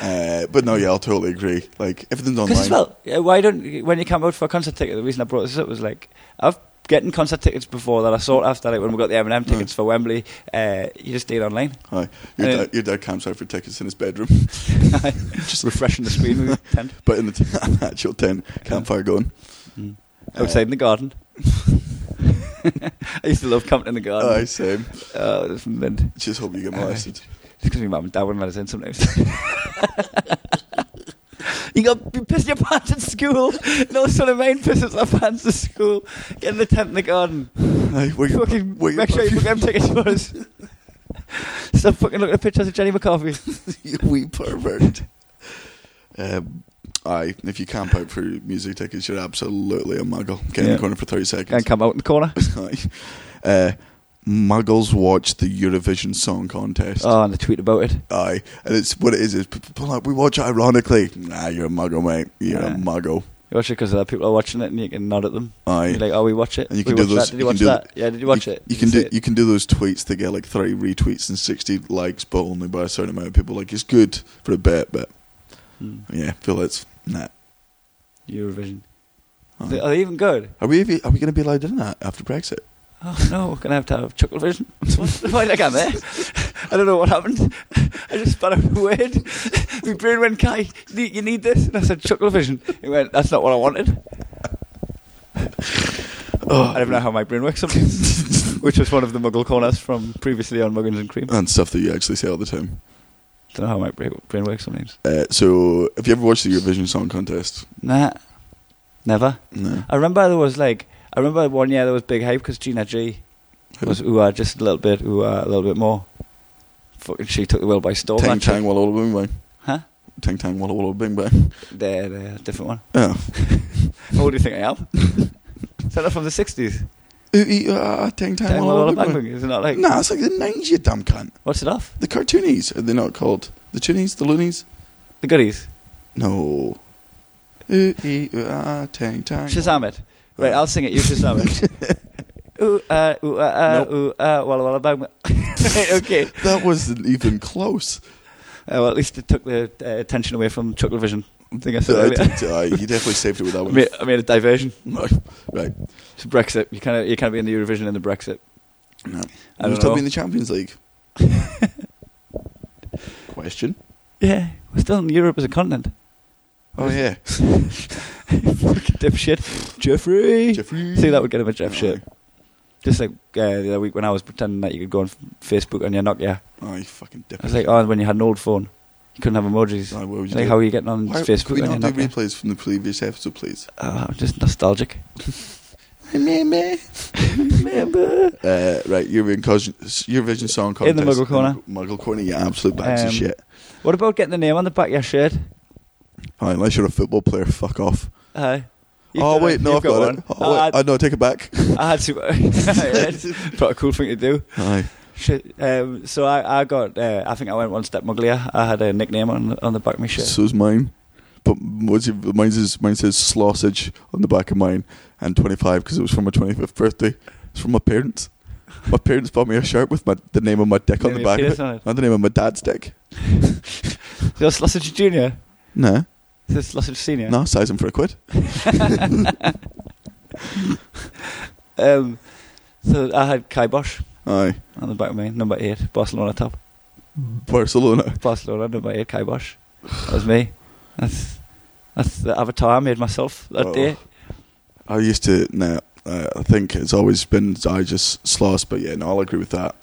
[SPEAKER 1] Uh, but no, yeah, I'll totally agree. Like everything's online.
[SPEAKER 3] Because as well, yeah, why don't when you camp out for a concert ticket? The reason I brought this up was like I've getting concert tickets before that. I sought after like when we got the M and M tickets for Wembley. Uh, you just did online, (laughs)
[SPEAKER 1] Aye. Your,
[SPEAKER 3] Uh,
[SPEAKER 1] dad, your dad camps out for tickets in his bedroom, (laughs)
[SPEAKER 3] just refreshing the screen with a tent
[SPEAKER 1] but in the t- (laughs) an actual tent, campfire going.
[SPEAKER 3] Mm.
[SPEAKER 1] Uh,
[SPEAKER 3] outside in the garden. (laughs) I used to love camping in the garden.
[SPEAKER 1] Aye, same.
[SPEAKER 3] Oh, it's mint.
[SPEAKER 1] Just hope you get
[SPEAKER 3] Aye.
[SPEAKER 1] molested.
[SPEAKER 3] Because my mum and dad wouldn't let us in sometimes. (laughs) you got you pissed your pants at school. No son of mine pisses their pants at school. Get in the tent in the garden.
[SPEAKER 1] Aye, where your,
[SPEAKER 3] Fucking
[SPEAKER 1] where your
[SPEAKER 3] make sure you book them tickets for us. (laughs) Stop fucking looking at pictures of Jenny McCarthy.
[SPEAKER 1] (laughs) you wee pervert. Um, aye, if you camp out for music tickets, you're absolutely a muggle. Get in
[SPEAKER 3] Yeah.
[SPEAKER 1] the corner for 30 seconds.
[SPEAKER 3] And come out in
[SPEAKER 1] (laughs)
[SPEAKER 3] the corner.
[SPEAKER 1] Aye. Uh, muggles watch the Eurovision Song Contest.
[SPEAKER 3] Oh, and the tweet about it.
[SPEAKER 1] Aye, and it's what it is. Is people are like we watch it ironically. Nah, you're a muggle, mate. You're
[SPEAKER 3] Yeah.
[SPEAKER 1] a muggle.
[SPEAKER 3] You watch it because other people are watching it and you can nod at them.
[SPEAKER 1] Aye,
[SPEAKER 3] You're like, oh, we watch it.
[SPEAKER 1] And you
[SPEAKER 3] we
[SPEAKER 1] can do those-
[SPEAKER 3] watched That. Did
[SPEAKER 1] you
[SPEAKER 3] you
[SPEAKER 1] can
[SPEAKER 3] watch
[SPEAKER 1] do-
[SPEAKER 3] that? Yeah, did you watch
[SPEAKER 1] you,
[SPEAKER 3] it?
[SPEAKER 1] You can do
[SPEAKER 3] Say
[SPEAKER 1] you can do those tweets that get like three retweets and sixty likes, but only by a certain amount of people. Like it's good for a bit, but
[SPEAKER 3] Mm.
[SPEAKER 1] yeah, feel it's nah.
[SPEAKER 3] Eurovision. Are they-
[SPEAKER 1] Aye.
[SPEAKER 3] Are they even good?
[SPEAKER 1] Are we are we going to be allowed in that after Brexit?
[SPEAKER 3] Oh no, we're gonna have to have chuckle vision. Why did I get there? I don't know what happened. I just spat out a word. My brain went, Kai, you need- you need this? And I said, chuckle vision. He went, that's not what I wanted.
[SPEAKER 1] Oh,
[SPEAKER 3] I don't know how my brain works sometimes. Which was one of the muggle corners from previously on Muggins and Cream. I
[SPEAKER 1] and stuff that you actually say all the time.
[SPEAKER 3] don't know how my bra- brain works sometimes.
[SPEAKER 1] Uh, so, have you ever watched the Eurovision Song Contest?
[SPEAKER 3] Nah, never.
[SPEAKER 1] No.
[SPEAKER 3] I remember there was like, I remember one year there was big hype because Gina G was ooh ah, just a little bit, ooh ah, a little bit more. Fucking she took the world by storm.
[SPEAKER 1] Tang
[SPEAKER 3] that chick.
[SPEAKER 1] Tang Walla Walla Bing Bang.
[SPEAKER 3] Huh?
[SPEAKER 1] Tang Tang Walla Walla Bing Bang.
[SPEAKER 3] There, there, different one.
[SPEAKER 1] Oh.
[SPEAKER 3] er
[SPEAKER 1] (laughs)
[SPEAKER 3] How old do you think I am? Is that not from er the 60s?
[SPEAKER 1] Ooty, ah, ting tang,
[SPEAKER 3] Down
[SPEAKER 1] walla,
[SPEAKER 3] with all
[SPEAKER 1] walla,
[SPEAKER 3] the bang
[SPEAKER 1] bang,
[SPEAKER 3] bang. Isn't that like?
[SPEAKER 1] bang. Nah, it's like the 90s, you damn cunt.
[SPEAKER 3] What's it off?
[SPEAKER 1] The cartoonies, are they not called? The tunies, the loonies?
[SPEAKER 3] The goodies.
[SPEAKER 1] No. Ooty, ah, ting tang.
[SPEAKER 3] Shazam it. Right, (laughs) I'll sing it. You Shazam
[SPEAKER 1] (laughs)
[SPEAKER 3] it. ooh, uh, ooh, uh, uh,
[SPEAKER 1] Nope.
[SPEAKER 3] ooh, uh, walla walla bang (laughs) bang. Right, okay.
[SPEAKER 1] That wasn't even
[SPEAKER 3] (laughs)
[SPEAKER 1] close.
[SPEAKER 3] Uh, well, at least it took the uh, attention away from Chuckle Vision. I think I said
[SPEAKER 1] I
[SPEAKER 3] earlier.
[SPEAKER 1] think, uh, you definitely saved it with that
[SPEAKER 3] (laughs) I
[SPEAKER 1] one.
[SPEAKER 3] made, I made a diversion
[SPEAKER 1] Right. Right.
[SPEAKER 3] to Brexit. You kind of you can't be in the Eurovision in the Brexit.
[SPEAKER 1] No.
[SPEAKER 3] I
[SPEAKER 1] I was talking
[SPEAKER 3] don't know.
[SPEAKER 1] in the Champions
[SPEAKER 3] (laughs)
[SPEAKER 1] League. Question.
[SPEAKER 3] Yeah, we're still in Europe as a continent.
[SPEAKER 1] Oh yeah,
[SPEAKER 3] (laughs) Fucking dipshit, Jeffrey.
[SPEAKER 1] Jeffrey.
[SPEAKER 3] See, that would get him a Jeff
[SPEAKER 1] Aye.
[SPEAKER 3] shirt. Just like uh, the other week when I was pretending that you could go on Facebook on your Nokia.
[SPEAKER 1] Oh, you fucking dip.
[SPEAKER 3] I was like, oh, when you had an old phone, you couldn't have emojis.
[SPEAKER 1] oh, what would you
[SPEAKER 3] Like,
[SPEAKER 1] do?
[SPEAKER 3] how are you getting on
[SPEAKER 1] Why-
[SPEAKER 3] Facebook
[SPEAKER 1] Could we
[SPEAKER 3] on
[SPEAKER 1] not
[SPEAKER 3] your
[SPEAKER 1] do
[SPEAKER 3] Nokia?
[SPEAKER 1] replays from the previous episode, please?
[SPEAKER 3] Oh, I'm just nostalgic. (laughs)
[SPEAKER 1] Me, me.
[SPEAKER 3] Remember?
[SPEAKER 1] Uh, right, Eurovision, cos- Eurovision Song
[SPEAKER 3] In
[SPEAKER 1] Contest.
[SPEAKER 3] the Muggle Corner.
[SPEAKER 1] Muggle Corner, you absolute bags
[SPEAKER 3] Um,
[SPEAKER 1] of shit.
[SPEAKER 3] What about getting the name on the back of your shirt?
[SPEAKER 1] Aye, unless you're a football player, fuck off.
[SPEAKER 3] Aye. You've
[SPEAKER 1] Oh,
[SPEAKER 3] got Uh,
[SPEAKER 1] wait,
[SPEAKER 3] a-
[SPEAKER 1] no,
[SPEAKER 3] you've
[SPEAKER 1] I've got, it. Oh,
[SPEAKER 3] I,
[SPEAKER 1] wait,
[SPEAKER 3] had,
[SPEAKER 1] I know, take it
[SPEAKER 3] (laughs)
[SPEAKER 1] back.
[SPEAKER 3] I had super. Quite a cool thing to (laughs) do.
[SPEAKER 1] (laughs) Aye.
[SPEAKER 3] Shit, Um, so I, I got. Uh, I think I went one step muglier. I had a nickname on on the back of my shirt.
[SPEAKER 1] So's mine. But what's your, mine, says, mine says sausage on the back of mine and 25 because it was for my 25th birthday. It's from my parents. My parents bought me a shirt with my the name of my dick on
[SPEAKER 3] Name
[SPEAKER 1] the
[SPEAKER 3] your
[SPEAKER 1] back
[SPEAKER 3] penis
[SPEAKER 1] of it.
[SPEAKER 3] on it.
[SPEAKER 1] Not the name of my dad's dick.
[SPEAKER 3] You're Sausage Junior.
[SPEAKER 1] No,
[SPEAKER 3] Is this Sausage Senior?
[SPEAKER 1] no, size him for a quid.
[SPEAKER 3] Um, so I had Kai Bosch
[SPEAKER 1] Aye.
[SPEAKER 3] on the back of me, number eight, Barcelona top. (laughs)
[SPEAKER 1] Barcelona.
[SPEAKER 3] Barcelona number eight, Kai Bosch. That was me. That's that's the avatar I made myself that
[SPEAKER 1] Oh.
[SPEAKER 3] day.
[SPEAKER 1] I used to. No, uh, I think it's always been I just sloss, but yeah, no, I'll agree with that.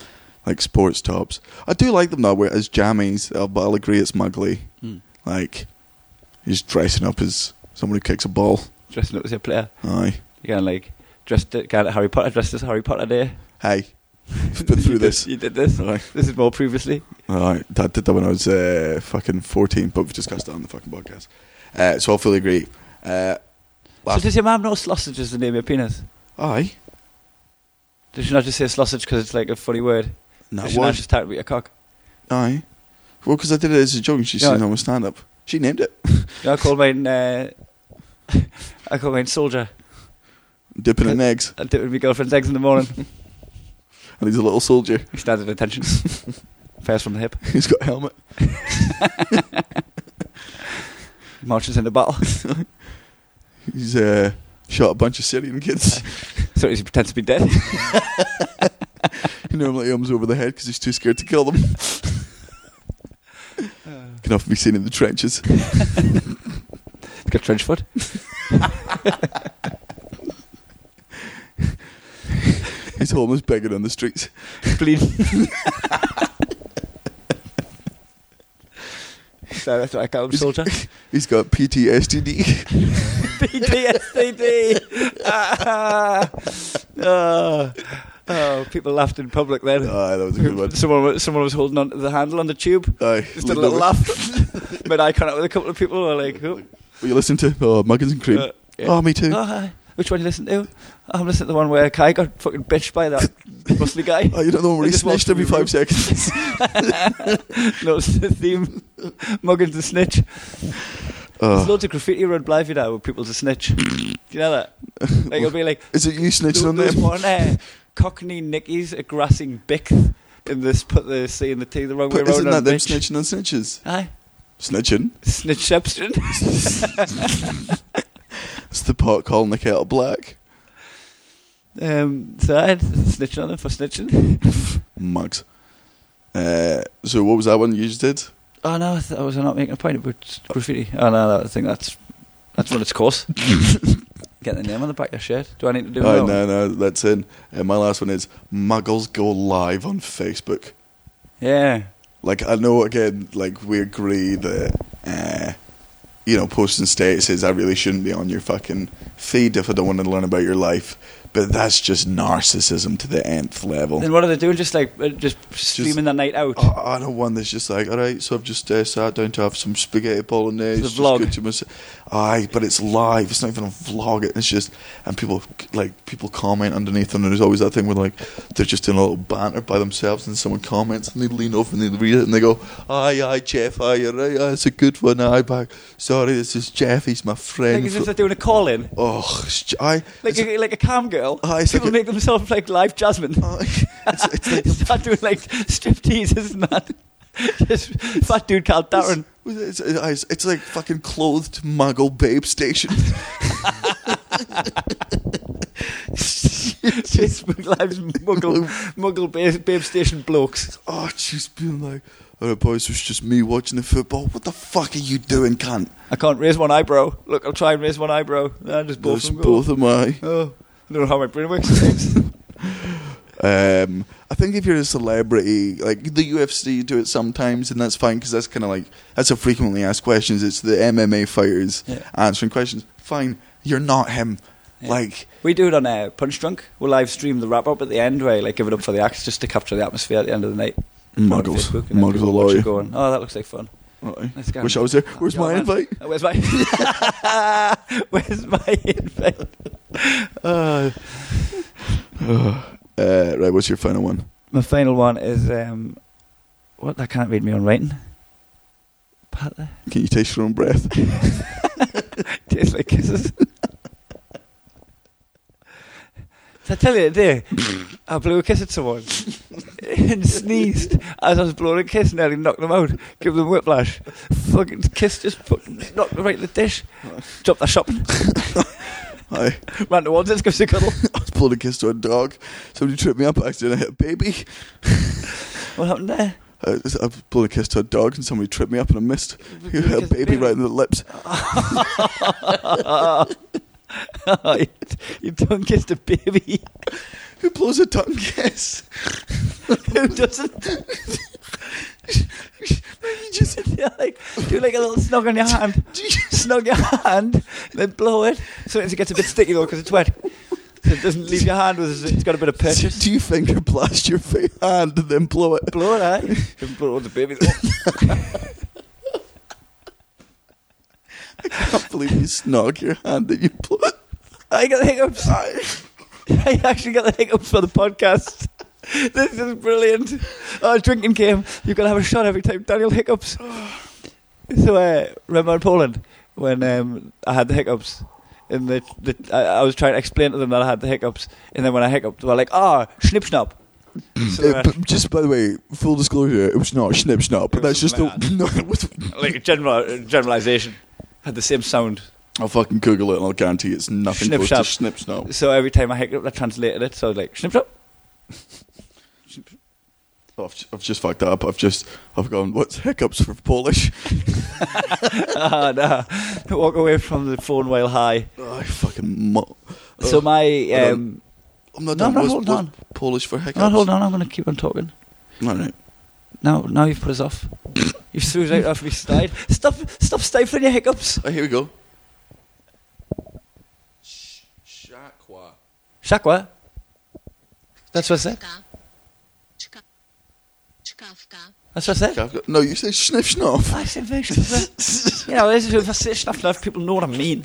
[SPEAKER 1] Like sports tops, I do like them now. Where as jammies, uh, but I'll agree it's muggly.
[SPEAKER 3] Mm.
[SPEAKER 1] Like he's dressing up as someone who kicks a ball.
[SPEAKER 3] Dressing up as a player,
[SPEAKER 1] Aye,
[SPEAKER 3] you kind of like dressed it, kind of Harry Potter dressed as Harry Potter day.
[SPEAKER 1] (laughs) hey, I've been
[SPEAKER 3] You
[SPEAKER 1] through
[SPEAKER 3] did-
[SPEAKER 1] this.
[SPEAKER 3] you did this.
[SPEAKER 1] Aye,
[SPEAKER 3] This is more previously.
[SPEAKER 1] aye. Dad did that when I was uh, fucking fourteen, but we've discussed that on the fucking podcast. Uh, so I fully agree. Uh,
[SPEAKER 3] So
[SPEAKER 1] last,
[SPEAKER 3] does your mum know sausage is the name of your penis?
[SPEAKER 1] aye,
[SPEAKER 3] Did she not just say sausage because it's like a funny word?
[SPEAKER 1] no,
[SPEAKER 3] Did
[SPEAKER 1] it
[SPEAKER 3] she not
[SPEAKER 1] was
[SPEAKER 3] just type it with your cock?
[SPEAKER 1] aye. Well, because I did it as a joke. and She's
[SPEAKER 3] Yeah.
[SPEAKER 1] seen on my stand up. She named it.
[SPEAKER 3] You know, I called mine. Uh, (laughs) I called mine soldier.
[SPEAKER 1] dipping in eggs,
[SPEAKER 3] I did it with my girlfriend's eggs in the morning.
[SPEAKER 1] and he's a little soldier. (laughs)
[SPEAKER 3] He stands at attention. (laughs) Fires from the hip.
[SPEAKER 1] He's got a helmet.
[SPEAKER 3] Marches into battle.
[SPEAKER 1] He's uh, shot a bunch of Syrian
[SPEAKER 3] (laughs)
[SPEAKER 1] kids.
[SPEAKER 3] so he pretends to be dead.
[SPEAKER 1] he normally aims over the head because he's too scared to kill them.
[SPEAKER 3] (laughs)
[SPEAKER 1] (laughs) Can often be seen in the trenches.
[SPEAKER 3] He's got trench foot.
[SPEAKER 1] He's homeless begging on the streets.
[SPEAKER 3] Bleeding. so that's what I call him, soldier. (laughs)
[SPEAKER 1] He's got PTSD.
[SPEAKER 3] PTSD. (laughs) Ah. oh. Oh, people laughed in public then.
[SPEAKER 1] Aye, that was a good one.
[SPEAKER 3] Someone, wa- someone was holding on to the handle on the tube.
[SPEAKER 1] Aye,
[SPEAKER 3] Just did a
[SPEAKER 1] leaned
[SPEAKER 3] little
[SPEAKER 1] over. (laughs)
[SPEAKER 3] laugh. Made eye contact with a couple of people. Were like, oh,
[SPEAKER 1] What you listen to? Oh, Muggins and Cream.
[SPEAKER 3] uh, yeah.
[SPEAKER 1] Oh, me too.
[SPEAKER 3] Oh, hi. Which one you listen to? I'm listening to the one where Kai got fucking bitched
[SPEAKER 1] (laughs)
[SPEAKER 3] by that muscly guy. (laughs)
[SPEAKER 1] Oh, you don't know where
[SPEAKER 3] I
[SPEAKER 1] he
[SPEAKER 3] just walked
[SPEAKER 1] snitched every
[SPEAKER 3] through
[SPEAKER 1] five
[SPEAKER 3] the (laughs)
[SPEAKER 1] seconds. (laughs)
[SPEAKER 3] no, it's the theme. Muggins the snitch. There's
[SPEAKER 1] Oh.
[SPEAKER 3] loads of graffiti around Blythe now where people to snitch. Do you
[SPEAKER 1] (laughs)
[SPEAKER 3] know that? Like, it'll be like,
[SPEAKER 1] Is it you snitching
[SPEAKER 3] there,
[SPEAKER 1] on
[SPEAKER 3] there was
[SPEAKER 1] them?
[SPEAKER 3] one uh, Cockney Nickies a grassing Bixth in this put the C and the T the wrong
[SPEAKER 1] But
[SPEAKER 3] way
[SPEAKER 1] isn't
[SPEAKER 3] around.
[SPEAKER 1] that
[SPEAKER 3] on
[SPEAKER 1] them
[SPEAKER 3] bitch.
[SPEAKER 1] snitching on snitches?
[SPEAKER 3] Aye. (laughs)
[SPEAKER 1] Snitching. (laughs)
[SPEAKER 3] Snitchception.
[SPEAKER 1] It's the pot calling the kettle black.
[SPEAKER 3] um, so I snitching on them for snitching.
[SPEAKER 1] Mugs. Uh, so what was that one you just did?
[SPEAKER 3] Oh no, I, th- I was not making a point about graffiti. Oh no, I think that's that's run its
[SPEAKER 1] (laughs)
[SPEAKER 3] course. Get the name on the back of your shirt. Do I need to do
[SPEAKER 1] Oh,
[SPEAKER 3] another one?
[SPEAKER 1] no, no, that's in. Uh, my last one is Muggles go live on Facebook.
[SPEAKER 3] Yeah.
[SPEAKER 1] Like I know again, like we agree that uh, you know, posting statuses. I really shouldn't be on your fucking feed if I don't want to learn about your life. But that's just narcissism to the nth level.
[SPEAKER 3] Then what are they doing? Just like uh, just streaming that night out.
[SPEAKER 1] Oh, I don't want this. Just like, all right, so I've just uh, sat down to have some spaghetti bolognese.
[SPEAKER 3] It's a
[SPEAKER 1] just
[SPEAKER 3] vlog.
[SPEAKER 1] good to myself. Aye, but it's live. It's not even a vlog. It's just and people like people comment underneath, and there's always that thing where like they're just doing a little banter by themselves, and someone comments, and they lean over and they read it, and they go, "Aye, aye, Jeff, aye, all right, aye, it's a good one, aye, back. Sorry, this is Jeff. He's my
[SPEAKER 3] Like
[SPEAKER 1] friend.
[SPEAKER 3] as
[SPEAKER 1] fro-
[SPEAKER 3] if they're doing a call in.
[SPEAKER 1] oh, it's j- aye,
[SPEAKER 3] Like
[SPEAKER 1] it's-
[SPEAKER 3] a, like a cam girl.
[SPEAKER 1] Oh, it's
[SPEAKER 3] People
[SPEAKER 1] like a-
[SPEAKER 3] make themselves like live Jasmine.
[SPEAKER 1] aye. it's, it's like
[SPEAKER 3] (laughs) Start doing like strip teases and that. (laughs) Just fat dude called Darren.
[SPEAKER 1] (laughs) It's, it's, it's like fucking clothed muggle babe station.
[SPEAKER 3] Facebook
[SPEAKER 1] (laughs)
[SPEAKER 3] Live's Muggle Muggle babe, babe Station blokes.
[SPEAKER 1] Oh, she's been like, all right, boys, it's just me watching the football. What the fuck are you doing, cunt?
[SPEAKER 3] I can't raise one eyebrow. Look, I'll try and raise one eyebrow. Nah, just both
[SPEAKER 1] There's
[SPEAKER 3] of them go.
[SPEAKER 1] both of my.
[SPEAKER 3] Oh, I don't know how my brain works. (laughs) sometimes.
[SPEAKER 1] Um, I think if you're a celebrity, like the UFC do it sometimes, and that's fine because that's kind of like that's a frequently asked questions. It's the MMA fighters
[SPEAKER 3] Yeah.
[SPEAKER 1] answering questions. Fine, you're not him. Like,
[SPEAKER 3] we do it on uh, Punch Drunk. We'll live stream the wrap up at the end where I like give it up for the acts just to capture the atmosphere at the end of the night. On
[SPEAKER 1] Muggles.
[SPEAKER 3] Facebook, and then
[SPEAKER 1] Muggles
[SPEAKER 3] people
[SPEAKER 1] will allow
[SPEAKER 3] watch it
[SPEAKER 1] you.
[SPEAKER 3] Going, oh, that looks like fun.
[SPEAKER 1] I
[SPEAKER 3] Let's go.
[SPEAKER 1] wish I was there. Where's
[SPEAKER 3] Yeah,
[SPEAKER 1] my
[SPEAKER 3] man. (laughs)
[SPEAKER 1] invite?
[SPEAKER 3] Uh, Where's my Where's my invite?
[SPEAKER 1] Uh, (sighs) uh, right, what's your final one?
[SPEAKER 3] My final one is um, what I can't read me on writing. Pat (laughs) the
[SPEAKER 1] Can you taste your own
[SPEAKER 3] (laughs)
[SPEAKER 1] breath?
[SPEAKER 3] tastes like kisses. Did I tell you today? I blew a kiss at someone (laughs) and sneezed as I was blowing a kiss and nearly knocked them out, give them whiplash. Fucking kiss just fucking knocked them right in the dish. Dropped their shopping,
[SPEAKER 1] I,
[SPEAKER 3] (laughs) ran towards it, gives a cuddle.
[SPEAKER 1] I was pulling a kiss to a dog. Somebody tripped me up by accident. I hit a baby.
[SPEAKER 3] What happened there?
[SPEAKER 1] I, I pulled a kiss to a dog and somebody tripped me up and I missed. (laughs) You hit a
[SPEAKER 3] Because-
[SPEAKER 1] baby right in the lips.
[SPEAKER 3] you, you tongue kissed a baby.
[SPEAKER 1] Who blows a tongue kiss? (laughs)
[SPEAKER 3] Who doesn't?
[SPEAKER 1] You just,
[SPEAKER 3] (laughs) Yeah, like, do like a little snug on your hand. snug your hand, then blow it. Sometimes it gets a bit sticky though because it's wet. So it doesn't leave your hand with it's got a bit of
[SPEAKER 1] do, (laughs)
[SPEAKER 3] purchase.
[SPEAKER 1] do you finger blast your fa- hand and then blow it?
[SPEAKER 3] blow it, eh? You
[SPEAKER 1] (laughs)
[SPEAKER 3] can blow it on the baby. Oh,
[SPEAKER 1] I can't believe you snog your hand and you blow (laughs) it.
[SPEAKER 3] I got the hiccups. I actually got the hiccups for the podcast. This is brilliant. Oh, drinking game. You've got to have a shot every time Daniel hiccups. So, uh, remember in Poland when um, I had the hiccups? And the, the, I, I was trying to explain to them that I had the hiccups. And then when I hiccuped, they were like, ah, oh, schnip schnapp. So they
[SPEAKER 1] Uh,
[SPEAKER 3] were
[SPEAKER 1] but just by the way, full disclosure, it was not schnip schnapp.
[SPEAKER 3] It was
[SPEAKER 1] That's just a, (laughs)
[SPEAKER 3] something
[SPEAKER 1] no. It was,
[SPEAKER 3] like a general generalization had the same sound.
[SPEAKER 1] I'll fucking Google it and I'll guarantee it's nothing
[SPEAKER 3] Schnip
[SPEAKER 1] close
[SPEAKER 3] schnapp.
[SPEAKER 1] to schnip schnapp.
[SPEAKER 3] So every time I hiccuped, I translated it. So I was like snip snap.
[SPEAKER 1] I've, j- I've just fucked up. I've just I've gone. What's hiccups for Polish?
[SPEAKER 3] (laughs) ah, nah. Walk away from the phone while high.
[SPEAKER 1] Oh, I fucking. Mo-
[SPEAKER 3] So my
[SPEAKER 1] I don't-
[SPEAKER 3] um,
[SPEAKER 1] I'm not
[SPEAKER 3] No,
[SPEAKER 1] done.
[SPEAKER 3] no,
[SPEAKER 1] What's-
[SPEAKER 3] hold
[SPEAKER 1] what's
[SPEAKER 3] on.
[SPEAKER 1] Polish for hiccups.
[SPEAKER 3] no, hold on. I'm going to keep on talking.
[SPEAKER 1] All right.
[SPEAKER 3] Now, now you've put us off. (laughs) You've threw us out after we started. Stop, stop stifling your hiccups.
[SPEAKER 1] Oh, here we go.
[SPEAKER 3] Shakwa. That's what I said.
[SPEAKER 4] Czka. Czka. Czkawka.
[SPEAKER 3] That's what I (laughs) said.
[SPEAKER 1] I've got- No, you say sniff schnoff.
[SPEAKER 3] I said very (laughs) shakwa. You know, this is if I say stuff enough, people know what I mean.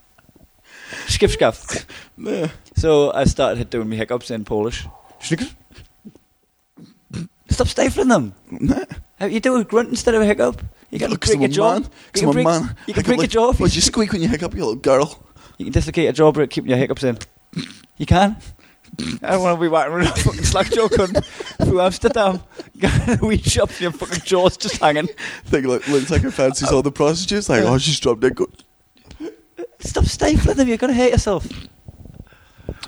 [SPEAKER 3] (laughs) Skip scuff.
[SPEAKER 1] Yeah.
[SPEAKER 3] So I started doing my hiccups in Polish. Stop stifling (laughs) them.
[SPEAKER 1] Nah.
[SPEAKER 3] How You do a grunt instead of a hiccup. You can
[SPEAKER 1] Look,
[SPEAKER 3] break
[SPEAKER 1] I'm a
[SPEAKER 3] your jaw.
[SPEAKER 1] man. 'Cause I'm
[SPEAKER 3] You can
[SPEAKER 1] a
[SPEAKER 3] break,
[SPEAKER 1] man. I
[SPEAKER 3] you can break your
[SPEAKER 1] like-
[SPEAKER 3] jaw.
[SPEAKER 1] Would you squeak when you hiccup, you little girl? (laughs)
[SPEAKER 3] You can dislocate your jaw, but keep your hiccups in. You can. I don't want to be whacking around a fucking slack jaw cunt through Amsterdam. (laughs) we shop and your fucking jaw's just hanging.
[SPEAKER 1] Think like looks like it fancies all the prostitutes. Like, oh, she's dropped dead. Go-
[SPEAKER 3] Stop stifling them. You're going to hate yourself.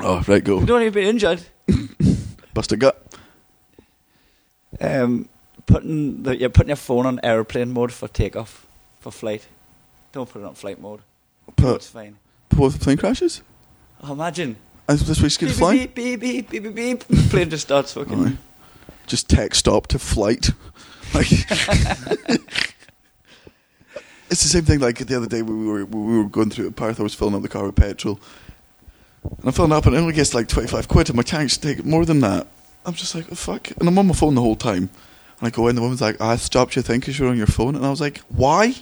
[SPEAKER 1] oh, right,
[SPEAKER 3] You
[SPEAKER 1] go.
[SPEAKER 3] don't even be injured.
[SPEAKER 1] Bust a gut.
[SPEAKER 3] Um, putting the, you're putting your phone on airplane mode for takeoff, for flight. Don't put it on flight mode. It's
[SPEAKER 1] But
[SPEAKER 3] fine.
[SPEAKER 1] both plane crashes.
[SPEAKER 3] Oh, imagine.
[SPEAKER 1] And That's why she keeps
[SPEAKER 3] Beep,
[SPEAKER 1] flying.
[SPEAKER 3] beep, beep, beep, beep, beep, beep, beep. Plane just starts fucking.
[SPEAKER 1] Aye. (laughs) Just text stop to flight. Like, It's the same thing. Like the other day, we were we were going through a Perth. I was filling up the car with petrol, and I'm filling up, and it only gets like twenty five quid, and my tanks take more than that. I'm just like, oh, fuck, and I'm on my phone the whole time. And I go in, the woman's like, I stopped you thinking you were on your phone, and I was like, why?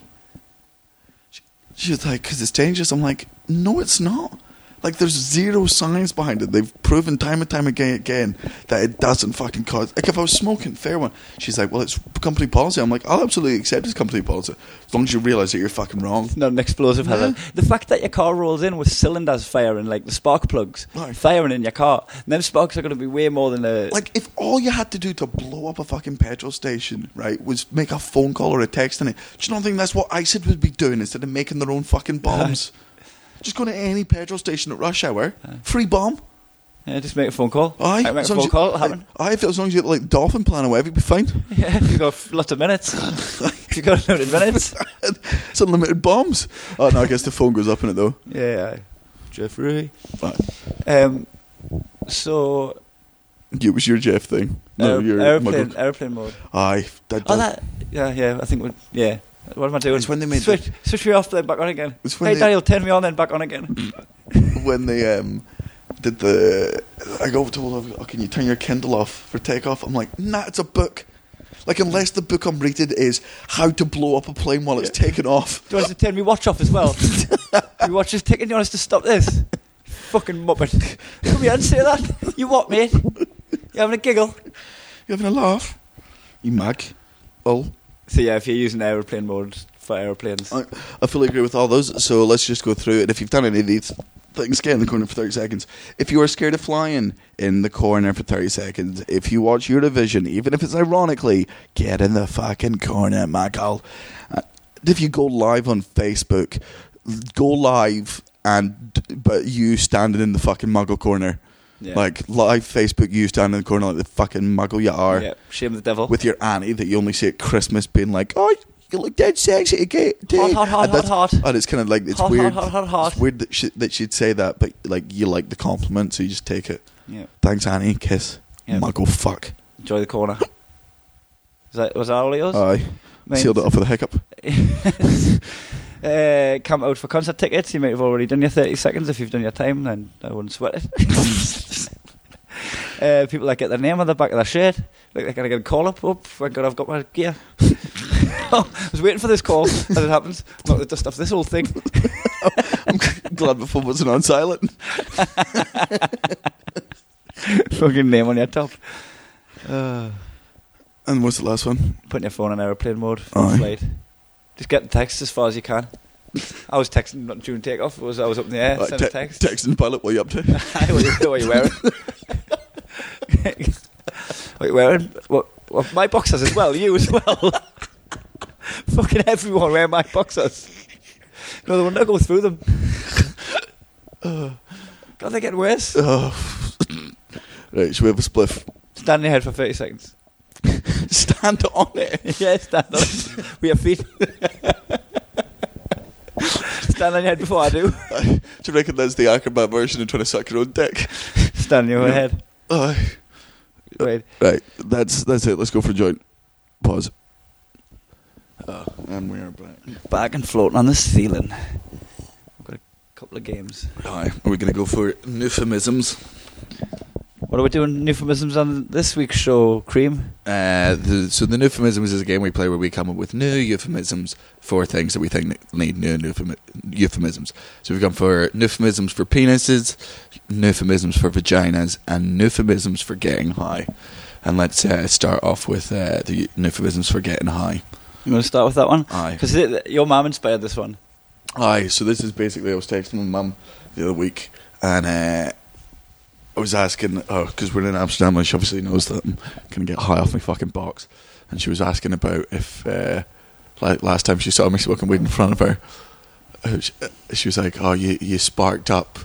[SPEAKER 1] She, she was like, because it's dangerous. I'm like, no, it's not. Like, there's zero science behind it. They've proven time and time again, again that it doesn't fucking cause. Like, if I was smoking, fair one. She's like, well, it's company policy. I'm like, I'll absolutely accept it's company policy as long as you realize that you're fucking wrong.
[SPEAKER 3] It's not an explosive hazard. The fact that your car rolls in with cylinders firing, like the spark plugs
[SPEAKER 1] Right.
[SPEAKER 3] firing in your car, and them sparks are going to be way more than a.
[SPEAKER 1] Like, if all you had to do to blow up a fucking petrol station, right, was make a phone call or a text in it, do you not think that's what ISID would be doing instead of making their own fucking
[SPEAKER 3] (laughs)
[SPEAKER 1] bombs? Just go to any petrol station at rush hour, free bomb.
[SPEAKER 3] Yeah, just make a phone call.
[SPEAKER 1] Aye,
[SPEAKER 3] Like, make a
[SPEAKER 1] as long
[SPEAKER 3] phone
[SPEAKER 1] as you-
[SPEAKER 3] call.
[SPEAKER 1] (laughs)
[SPEAKER 3] It'll happen.
[SPEAKER 1] Aye, if- as long as you get like dolphin plan or whatever, you'd be fine. (laughs)
[SPEAKER 3] Yeah, if you got f- lots of minutes. if you got loaded minutes.
[SPEAKER 1] it's unlimited bombs. Oh no, I guess the phone goes up in it though.
[SPEAKER 3] Yeah, aye. Jeffrey.
[SPEAKER 1] Right.
[SPEAKER 3] Um, so
[SPEAKER 1] It was your Jeff thing. No,
[SPEAKER 3] aer-
[SPEAKER 1] your
[SPEAKER 3] Oh, airplane,
[SPEAKER 1] muggle.
[SPEAKER 3] airplane mode.
[SPEAKER 1] Aye, that,
[SPEAKER 3] Oh,
[SPEAKER 1] does-
[SPEAKER 3] that. Yeah, yeah. I think. we Yeah. What am I doing?
[SPEAKER 1] It's when they made
[SPEAKER 3] switch, switch me off, then back on again.
[SPEAKER 1] It's when
[SPEAKER 3] Hey,
[SPEAKER 1] they-
[SPEAKER 3] Daniel, turn me on, then back on again.
[SPEAKER 1] when they um did the I go told her, oh, can you turn your Kindle off for takeoff? I'm like, nah, it's a book. Like unless the book I'm reading is how to blow up a plane while it's taking off.
[SPEAKER 3] Do you want us to turn me watch off as (laughs) well? your watch is ticking. You want us to stop this? Fucking muppet. Come here and say that. You what, mate? You having a giggle?
[SPEAKER 1] You having a laugh? You mag. Oh.
[SPEAKER 3] So yeah, if you're using aeroplane mode for airplanes,
[SPEAKER 1] I, I fully agree with all those. So let's just go through it. If you've done any of these things, get in the corner for 30 seconds. If you are scared of flying, in the corner for 30 seconds. If you watch Eurovision, even if it's ironically, get in the fucking corner, Michael. Uh, if you go live on Facebook, go live and but you standing in the fucking muggle corner.
[SPEAKER 3] Yeah.
[SPEAKER 1] Like live Facebook, you standing in the corner like the fucking muggle you are
[SPEAKER 3] yeah, shame the
[SPEAKER 1] (laughs)
[SPEAKER 3] devil.
[SPEAKER 1] with your auntie that you only see at Christmas being like, oh, you look dead sexy again.
[SPEAKER 3] Hot, hot, hot,
[SPEAKER 1] and that's-
[SPEAKER 3] hot, hot.
[SPEAKER 1] And it's kind of like, it's
[SPEAKER 3] Hot, hot,
[SPEAKER 1] weird.
[SPEAKER 3] hot, hot, hot.
[SPEAKER 1] It's weird that, she, that she'd say that, but like, you like the compliment, so you just take it.
[SPEAKER 3] yeah,
[SPEAKER 1] Thanks, Annie. Kiss.
[SPEAKER 3] Yeah.
[SPEAKER 1] Muggle fuck.
[SPEAKER 3] enjoy
[SPEAKER 1] (laughs)
[SPEAKER 3] the corner. Was that was that all of yours?
[SPEAKER 1] Aye.
[SPEAKER 3] Mate.
[SPEAKER 1] Uh, Sealed it up with a hiccup. (laughs)
[SPEAKER 3] (laughs) uh, camp out for concert tickets. You might have already done your 30 seconds. If you've done your time, then I wouldn't sweat it. (laughs) uh, people that get their name on the back of their shirt, look, they're going to get a call up. Oh, thank God I've got my gear. (laughs) Oh, I was waiting for this call, as it happens. Knock the dust off this whole thing. (laughs)
[SPEAKER 1] I'm glad my phone wasn't on silent.
[SPEAKER 3] Fucking name on your top. Uh,
[SPEAKER 1] And what's the last one? (laughs)
[SPEAKER 3] putting your phone on aeroplane mode for
[SPEAKER 1] Aye.
[SPEAKER 3] the flight. Just get the text as far as you can. I was texting not during takeoff. I was I was up in the air.
[SPEAKER 1] Right,
[SPEAKER 3] sent a
[SPEAKER 1] te-
[SPEAKER 3] text.
[SPEAKER 1] Texting pilot, what are you up
[SPEAKER 3] (laughs)
[SPEAKER 1] to?
[SPEAKER 3] what you, what you wearing? (laughs) what you wearing? What, what my boxers as well. You as well. (laughs) Fucking everyone wearing my boxers. No, they will not go through (laughs) them. God, they get worse.
[SPEAKER 1] oh. (laughs) right, should we have a spliff? (laughs)
[SPEAKER 3] Stand on your head for thirty seconds. (laughs)
[SPEAKER 1] Stand on it. (laughs)
[SPEAKER 3] yeah, stand on. We have feet. (laughs) stand on your head before I do.
[SPEAKER 1] do you reckon that's the acrobat version of trying to suck your own dick?
[SPEAKER 3] Stand on your
[SPEAKER 1] Yeah.
[SPEAKER 3] head.
[SPEAKER 1] Aye.
[SPEAKER 3] Wait.
[SPEAKER 1] Right, that's that's it. Let's go for a joint. Pause. Uh, and we are back.
[SPEAKER 3] Back and floating on the ceiling. I've got a couple of games.
[SPEAKER 1] Hi. Are we going to go for euphemisms?
[SPEAKER 3] What are we doing? Euphemisms on this week's show, Cream.
[SPEAKER 1] Uh, the, so the euphemisms is a game we play where we come up with new euphemisms for things that we think need new euphemi- euphemisms. So we've gone for euphemisms for penises, euphemisms for vaginas, and euphemisms for getting high. And let's uh, start off with uh, the euphemisms for getting high.
[SPEAKER 3] You want to start with that one?
[SPEAKER 1] Aye.
[SPEAKER 3] Because your mum inspired
[SPEAKER 1] (laughs)
[SPEAKER 3] this one.
[SPEAKER 1] Aye, so this is basically I was texting my mum the other week, and uh, I was asking, oh, because we're in Amsterdam, and she obviously knows that I'm gonna get high off my fucking box, and she was asking about if, uh, like last time she saw me smoking weed in front of her, uh, she, uh, she was like, oh, you you sparked up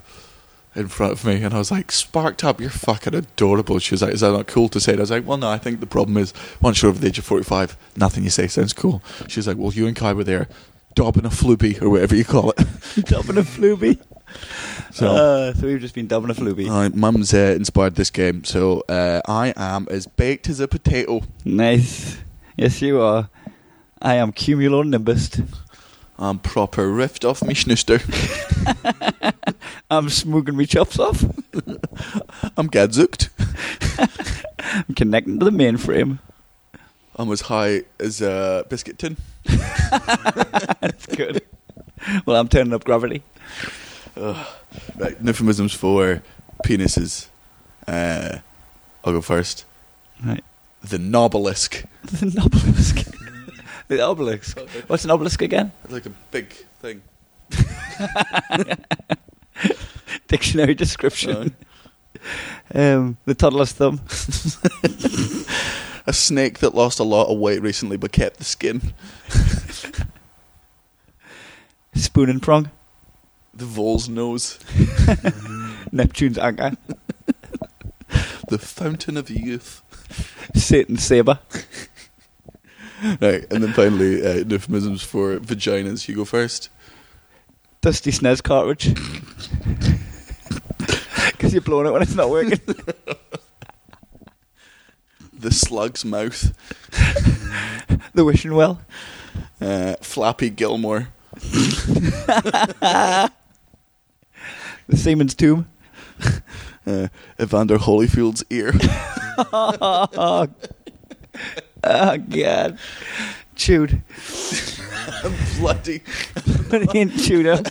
[SPEAKER 1] in front of me, and I was like, sparked up, you're fucking adorable. She was like, is that not cool to say? And I was like, well, no, I think the problem is once you're over the age of 45, nothing you say sounds cool. She was like, well, you and Kai were there. Dobbing a floopy or whatever you call it.
[SPEAKER 3] dubbing a flooby.
[SPEAKER 1] So,
[SPEAKER 3] Uh, so we've just been dubbing a flooby.
[SPEAKER 1] Aye, Mum's uh, inspired this game, so uh, I am as baked as a potato.
[SPEAKER 3] Nice. Yes, you are. I am cumulonimbus.
[SPEAKER 1] I'm proper riffed off me schnister.
[SPEAKER 3] I'm smoking my chops off.
[SPEAKER 1] (laughs) I'm gadzooked.
[SPEAKER 3] I'm connecting to the mainframe.
[SPEAKER 1] I'm as high as a biscuit tin.
[SPEAKER 3] That's
[SPEAKER 1] (laughs)
[SPEAKER 3] good. well, I'm turning up gravity.
[SPEAKER 1] Right, euphemisms for penises. Uh, I'll go first.
[SPEAKER 3] Right.
[SPEAKER 1] The Nobelisk.
[SPEAKER 3] The
[SPEAKER 1] (laughs)
[SPEAKER 3] obelisk. the obelisk. What's an obelisk again?
[SPEAKER 1] It's like a big thing.
[SPEAKER 3] Dictionary description. um, the toddler's thumb.
[SPEAKER 1] A snake that lost a lot of weight recently but kept the skin.
[SPEAKER 3] Spoon and prong.
[SPEAKER 1] The vole's nose.
[SPEAKER 3] Neptune's anchor.
[SPEAKER 1] The fountain of youth.
[SPEAKER 3] Satan's saber.
[SPEAKER 1] Right, and then finally, uh, euphemisms for vaginas. You go first.
[SPEAKER 3] Dusty SNES cartridge. (laughs) Because you're blowing it when it's not working.
[SPEAKER 1] The slug's mouth.
[SPEAKER 3] the wishing well.
[SPEAKER 1] Uh, Flappy Gilmore.
[SPEAKER 3] The seaman's tomb.
[SPEAKER 1] Uh, Evander Holyfield's ear. (laughs)
[SPEAKER 3] Oh, oh God. Chewed.
[SPEAKER 1] Bloody.
[SPEAKER 3] But he ain't chewed up.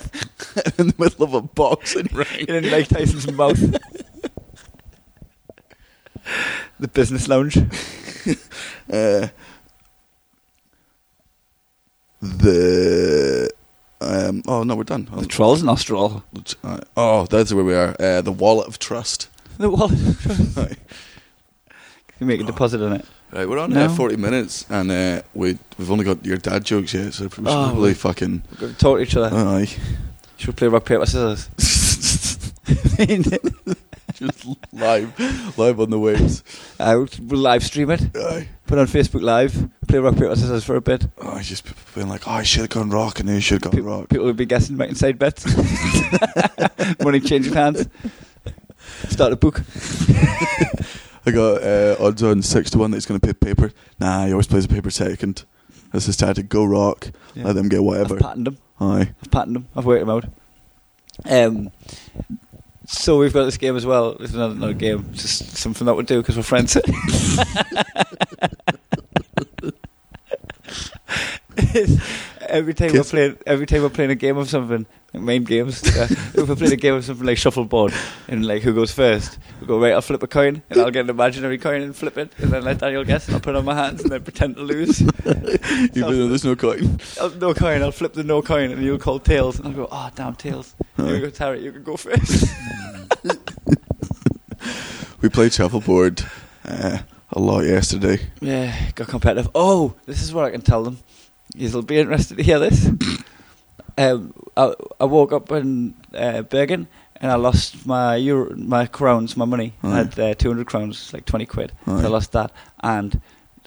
[SPEAKER 1] In the middle of a (laughs) boxing ring.
[SPEAKER 3] in Mike Tyson's mouth. the business lounge.
[SPEAKER 1] Uh, the. Um, oh, no, we're done.
[SPEAKER 3] The troll's nostril.
[SPEAKER 1] Uh, oh, that's where we are. Uh, the wallet of trust. (laughs)
[SPEAKER 3] The wallet. you
[SPEAKER 1] right,
[SPEAKER 3] make a deposit on it.
[SPEAKER 1] we're on
[SPEAKER 3] No.
[SPEAKER 1] uh, forty minutes, and uh, we we've only got your dad jokes yet, so we should
[SPEAKER 3] Oh,
[SPEAKER 1] probably
[SPEAKER 3] we-
[SPEAKER 1] fucking.
[SPEAKER 3] We're going to talk to each other.
[SPEAKER 1] Aye. (laughs)
[SPEAKER 3] Should we play rock, paper, scissors? (laughs)
[SPEAKER 1] Just live, live on the waves.
[SPEAKER 3] I would we'll live stream it.
[SPEAKER 1] Aye.
[SPEAKER 3] Put it on Facebook Live. Play rock, paper, scissors for a bit.
[SPEAKER 1] Oh, I just been like, oh, I should have gone rock, and then I should have
[SPEAKER 3] Pe-
[SPEAKER 1] gone rock.
[SPEAKER 3] People will be guessing, making side bets. Money changing hands. Start a book.
[SPEAKER 1] I got uh, odds on six to one that he's going to pay paper. Nah, he always plays a paper second. That's his tactic. Go rock,
[SPEAKER 3] Yeah.
[SPEAKER 1] let them get whatever.
[SPEAKER 3] I've patterned them.
[SPEAKER 1] Aye.
[SPEAKER 3] I've patterned them. I've worked them out. Um, so we've got this game as well. It's another, another game. It's just something that we do because we're friends. (laughs) every time we're
[SPEAKER 1] Kiss.
[SPEAKER 3] playing, every time we're playing a game of something, like mind games. Uh, if we're playing a game of something like shuffleboard, and like who goes first, we go right. I'll flip a coin, and I'll get an imaginary coin and flip it, and then let Daniel guess, and I'll put it on my hands, and then pretend to lose.
[SPEAKER 1] Even though there's no coin.
[SPEAKER 3] Oh, no coin. I'll flip the no coin, and you'll call tails, and I'll go, oh damn tails.
[SPEAKER 1] Aye.
[SPEAKER 3] You go Tarek, you can go first.
[SPEAKER 1] (laughs) We played shuffleboard uh, a lot yesterday.
[SPEAKER 3] (laughs) yeah, got competitive. Oh, this is what I can tell them. You'll be interested to hear (laughs) this. um, I, I woke up in uh, Bergen and I lost my euro, my crowns, my money. I had uh, two hundred crowns, like twenty quid.
[SPEAKER 1] Aye.
[SPEAKER 3] So I lost that, and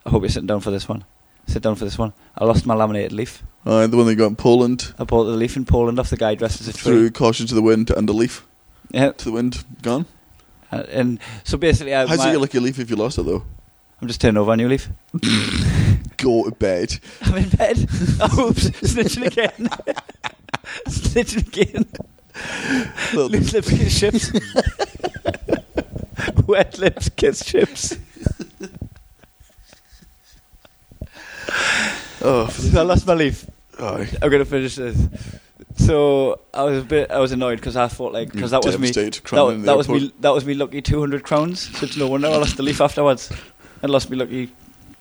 [SPEAKER 3] I hope you're sitting down for this one. Sit down for this one. I lost my laminated leaf.
[SPEAKER 1] Aye, the one they got in Poland
[SPEAKER 3] I bought the leaf in Poland off the guy dressed as a
[SPEAKER 1] through
[SPEAKER 3] tree.
[SPEAKER 1] caution to the wind and a leaf
[SPEAKER 3] Yeah,
[SPEAKER 1] to the wind gone.
[SPEAKER 3] and, Uh, and so basically, I,
[SPEAKER 1] How's it
[SPEAKER 3] my-
[SPEAKER 1] you like a leaf if you lost it though?
[SPEAKER 3] I'm just turning over a new leaf.
[SPEAKER 1] Go to
[SPEAKER 3] (laughs)
[SPEAKER 1] bed.
[SPEAKER 3] I'm in bed. Oh, oops, snitching (laughs) again. snitching again.
[SPEAKER 1] Look,
[SPEAKER 3] Loose lips kiss chips. (laughs) Wet lips kiss chips.
[SPEAKER 1] oh, for
[SPEAKER 3] So (laughs) I lost my leaf.
[SPEAKER 1] the- aye.
[SPEAKER 3] I'm gonna finish this. So I was a bit, I was annoyed because I thought like because that was me,
[SPEAKER 1] Devastated,
[SPEAKER 3] that,
[SPEAKER 1] crying
[SPEAKER 3] wa-
[SPEAKER 1] in the
[SPEAKER 3] that was me,
[SPEAKER 1] airport.
[SPEAKER 3] that was me lucky 200 crowns. So it's no wonder I lost the leaf afterwards. I lost me lucky.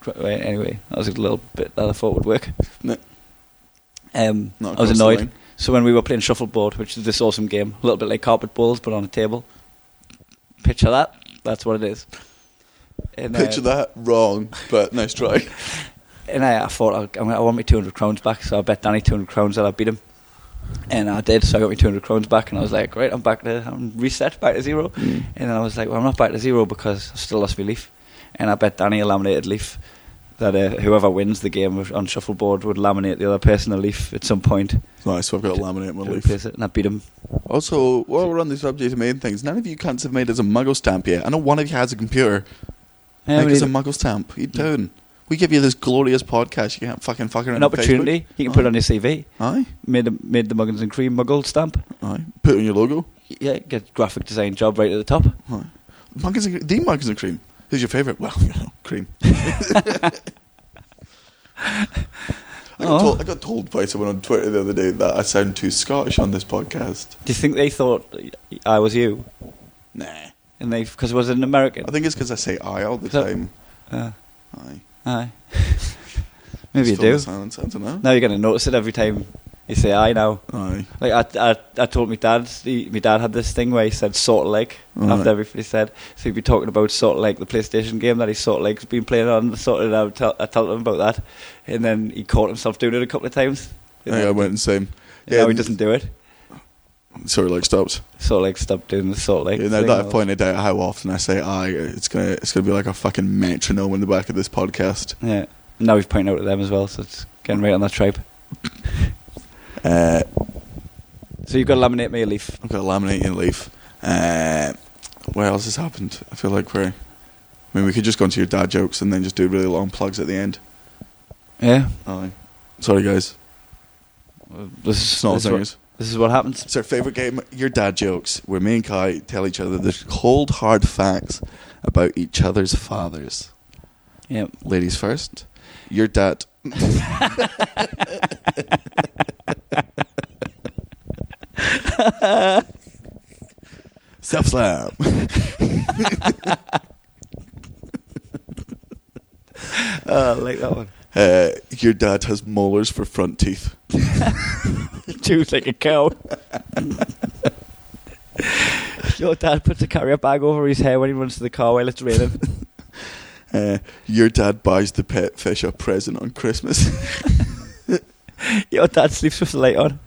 [SPEAKER 3] cr- Right, anyway, that was a little bit that I thought would work.
[SPEAKER 1] No.
[SPEAKER 3] Um,
[SPEAKER 1] Not
[SPEAKER 3] I was
[SPEAKER 1] across the
[SPEAKER 3] annoyed.
[SPEAKER 1] line.
[SPEAKER 3] So when we were playing shuffleboard, which is this awesome game, a little bit like carpet balls, but on a table. Picture that. That's what it is. And, uh,
[SPEAKER 1] Picture that wrong, but nice try.
[SPEAKER 3] (laughs) And I, I thought I, I mean, I want my two hundred crowns back, so I bet Danny two hundred crowns that I beat him. And I did, so I got my two hundred crowns back, and I was like, great, I'm back to I'm reset, back to zero. And then I was like, well, I'm not back to zero because I still lost my leaf. And I bet Danny a laminated leaf that uh, whoever wins the game on shuffleboard would laminate the other person a leaf at some point.
[SPEAKER 1] Nice. So I've got to laminate my
[SPEAKER 3] to
[SPEAKER 1] leaf.
[SPEAKER 3] replace it, and I beat him.
[SPEAKER 1] Also, while we're on the subject of main things, none of you cunts have made us a muggle stamp yet. I know one of you has a computer.
[SPEAKER 3] Yeah,
[SPEAKER 1] Make
[SPEAKER 3] we Mm.
[SPEAKER 1] us a
[SPEAKER 3] need-
[SPEAKER 1] muggle stamp. You down? We give you this glorious podcast. You can't fucking fuck around.
[SPEAKER 3] An
[SPEAKER 1] on Facebook. Uh-huh.
[SPEAKER 3] opportunity. You can put it on your CV.
[SPEAKER 1] Aye,
[SPEAKER 3] Made the, made the Muggins and Cream Muggle stamp.
[SPEAKER 1] aye. Put it on your logo.
[SPEAKER 3] Yeah, get graphic design job right at the top.
[SPEAKER 1] Aye. Muggins and, the Muggins and Cream. Who's your favourite? Well, (laughs) you know, Cream. I, got
[SPEAKER 3] Aw.
[SPEAKER 1] told, I got told by someone on Twitter the other day that I sound too Scottish on this podcast.
[SPEAKER 3] Do you think they thought I was you?
[SPEAKER 1] Nah.
[SPEAKER 3] And they because I was an American.
[SPEAKER 1] I think it's because I say I all the
[SPEAKER 3] So-
[SPEAKER 1] time.
[SPEAKER 3] Uh,
[SPEAKER 1] Aye.
[SPEAKER 3] aye. (laughs) Maybe you
[SPEAKER 1] Just fill
[SPEAKER 3] do.
[SPEAKER 1] the Silence. I don't know.
[SPEAKER 3] Now you're going to notice it every time you say I now.
[SPEAKER 1] Aye.
[SPEAKER 3] Like I, I, I told my dad, he, my dad had this thing where he said sort of like
[SPEAKER 1] Right.
[SPEAKER 3] after everything he said. So he'd be talking about sort of like the PlayStation game that he sort of like's been playing on. Sort of, and I would tell, I tell him about that, and then he caught himself doing it a couple of times. And
[SPEAKER 1] Aye,
[SPEAKER 3] then-
[SPEAKER 1] I went and same.
[SPEAKER 3] and now he doesn't do it.
[SPEAKER 1] Sorry, like stops.
[SPEAKER 3] Sort of like stop doing the sort of like.
[SPEAKER 1] Yeah, now
[SPEAKER 3] thing
[SPEAKER 1] that I've
[SPEAKER 3] or-
[SPEAKER 1] pointed out how often I say I, it's gonna it's gonna be like a fucking metronome in the back of this podcast.
[SPEAKER 3] Yeah. Now he's pointing out to them as well, so it's getting right on that tribe.
[SPEAKER 1] Uh,
[SPEAKER 3] So you've got to laminate me a leaf.
[SPEAKER 1] I've got a laminating leaf. Uh, what else has happened? I feel like we're. I mean, we could just go into your dad jokes and then just do really long plugs at the end.
[SPEAKER 3] Yeah.
[SPEAKER 1] Aye. Sorry, guys.
[SPEAKER 3] This is,
[SPEAKER 1] Snot
[SPEAKER 3] this, is what,
[SPEAKER 1] singers.
[SPEAKER 3] this is
[SPEAKER 1] (laughs)
[SPEAKER 3] what happens.
[SPEAKER 1] It's our favourite game, your dad jokes, where me and Kai tell each other the cold, hard facts about each other's fathers.
[SPEAKER 3] Yeah.
[SPEAKER 1] Ladies first. Your dad. (laughs) Self slam. Ah,
[SPEAKER 3] Oh, I like that one.
[SPEAKER 1] Uh, your dad has molars for front teeth.
[SPEAKER 3] (laughs) Chews like
[SPEAKER 1] (laughs)
[SPEAKER 3] a cow. Your dad puts a carrier bag over his hair when he runs to the car while it's
[SPEAKER 1] (laughs)
[SPEAKER 3] raining.
[SPEAKER 1] Uh, your dad buys the pet fish a present on Christmas.
[SPEAKER 3] Your dad sleeps with the light on.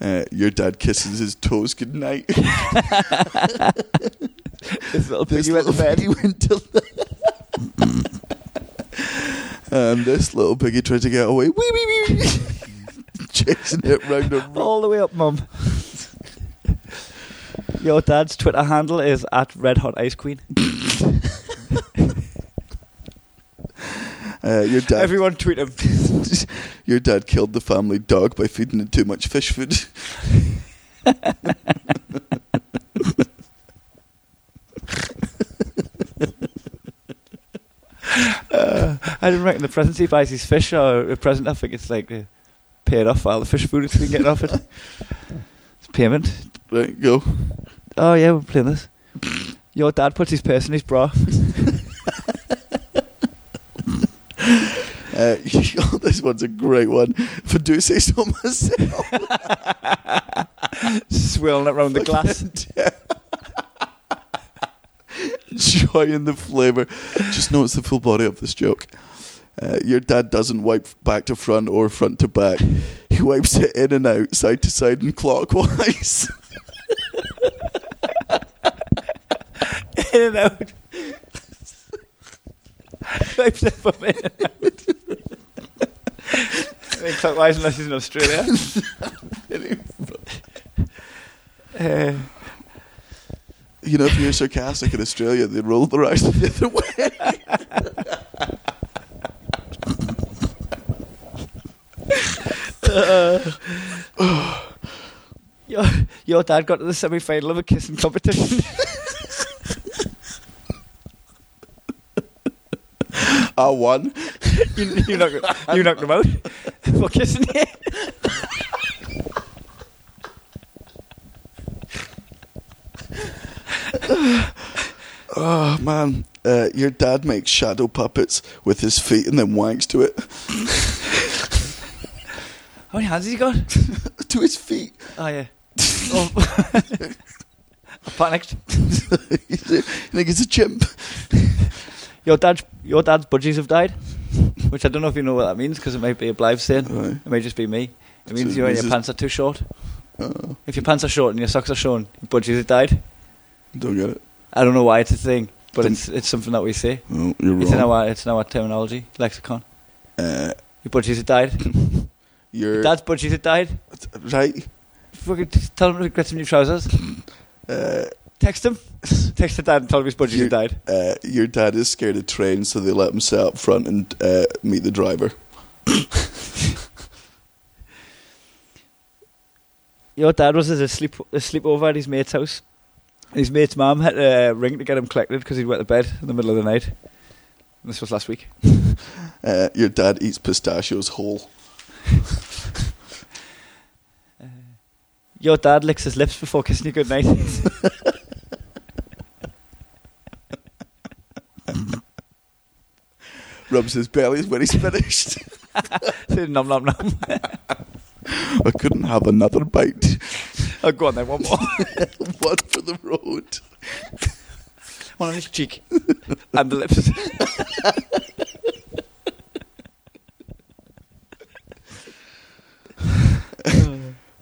[SPEAKER 1] Uh, your dad kisses his toes goodnight.
[SPEAKER 3] This little
[SPEAKER 1] This
[SPEAKER 3] piggy went
[SPEAKER 1] little
[SPEAKER 3] to bed.
[SPEAKER 1] piggy went to (laughs) um, this little piggy tried to get away. Wee wee wee. (laughs) wee. Chasing it round a rock.
[SPEAKER 3] All the way up, mum. (laughs) Your dad's Twitter handle is at Red Hot Ice Queen.
[SPEAKER 1] Uh, your dad.
[SPEAKER 3] Everyone tweet him. (laughs)
[SPEAKER 1] your dad killed the family dog by feeding it too much fish food. (laughs)
[SPEAKER 3] Uh, I didn't reckon the present he buys his fish or a present. I think it's like uh, paid off while the fish food has been getting (laughs) offered. it's payment.
[SPEAKER 1] Right, go.
[SPEAKER 3] Oh yeah, we're playing this. Your dad puts his purse in his bra. (laughs)
[SPEAKER 1] Uh, (laughs) this one's a great one. If I do say so (laughs) myself.
[SPEAKER 3] swirling it
[SPEAKER 1] (laughs)
[SPEAKER 3] round the glass.
[SPEAKER 1] Enjoying the flavour. Just notice the full body of this joke. Uh, your dad doesn't wipe back to front or front to back. He wipes it in and out, side to side and clockwise.
[SPEAKER 3] (laughs)
[SPEAKER 1] (laughs)
[SPEAKER 3] in and out. (laughs) Wipes it from in and out. I mean, clockwise unless he's in (laughs) Australia. uh,
[SPEAKER 1] you know, if you're sarcastic in Australia, they roll their eyes the other
[SPEAKER 3] (laughs)
[SPEAKER 1] way.
[SPEAKER 3] your, your dad got to the semi final of a kissing competition. Ah,
[SPEAKER 1] I won.
[SPEAKER 3] you, you, knocked, you knocked him out (laughs) for kissing you.
[SPEAKER 1] Oh, man. Uh, your dad makes shadow puppets with his feet and then wanks to it. (laughs)
[SPEAKER 3] How many hands has he got?
[SPEAKER 1] to his feet. (laughs)
[SPEAKER 3] Oh, (laughs) yeah. Oh. I panicked.
[SPEAKER 1] you think he's a chimp?
[SPEAKER 3] Your dad's your dad's budgies have died, which I don't know if you know what that means because it might be a Blythe saying.
[SPEAKER 1] Right.
[SPEAKER 3] It may just be me. It means
[SPEAKER 1] So
[SPEAKER 3] your,
[SPEAKER 1] this
[SPEAKER 3] your
[SPEAKER 1] is-
[SPEAKER 3] pants are too short.
[SPEAKER 1] Oh,
[SPEAKER 3] If your pants are short and your socks are shorn, your budgies have died.
[SPEAKER 1] don't get it.
[SPEAKER 3] I don't know why it's a thing, but
[SPEAKER 1] Then-
[SPEAKER 3] it's it's something that we say.
[SPEAKER 1] No, you're
[SPEAKER 3] It's in
[SPEAKER 1] wrong.
[SPEAKER 3] our it's in our terminology lexicon.
[SPEAKER 1] Uh,
[SPEAKER 3] Your budgies have died.
[SPEAKER 1] you're
[SPEAKER 3] Your dad's budgies have died.
[SPEAKER 1] right.
[SPEAKER 3] Fucking just tell him to get some new trousers.
[SPEAKER 1] Uh,
[SPEAKER 3] Text him. (laughs) Text the dad and tell him his budgie
[SPEAKER 1] Your-
[SPEAKER 3] had died.
[SPEAKER 1] Uh, your dad is scared of trains, so they let him sit up front and uh, meet the driver.
[SPEAKER 3] Your dad was at a sleep a sleepover at his mate's house. His mate's mum had a ring to get him collected because he'd went to bed in the middle of the night. And this was last week.
[SPEAKER 1] Uh, your dad eats pistachios whole.
[SPEAKER 3] Your dad licks his lips before kissing you goodnight.
[SPEAKER 1] Rubs his belly when he's (laughs) finished.
[SPEAKER 3] (laughs) Say nom nom nom.
[SPEAKER 1] I couldn't have another bite. (laughs)
[SPEAKER 3] Oh, go on then, one more.
[SPEAKER 1] One for the road.
[SPEAKER 3] (laughs) one on his cheek (laughs) and the lips.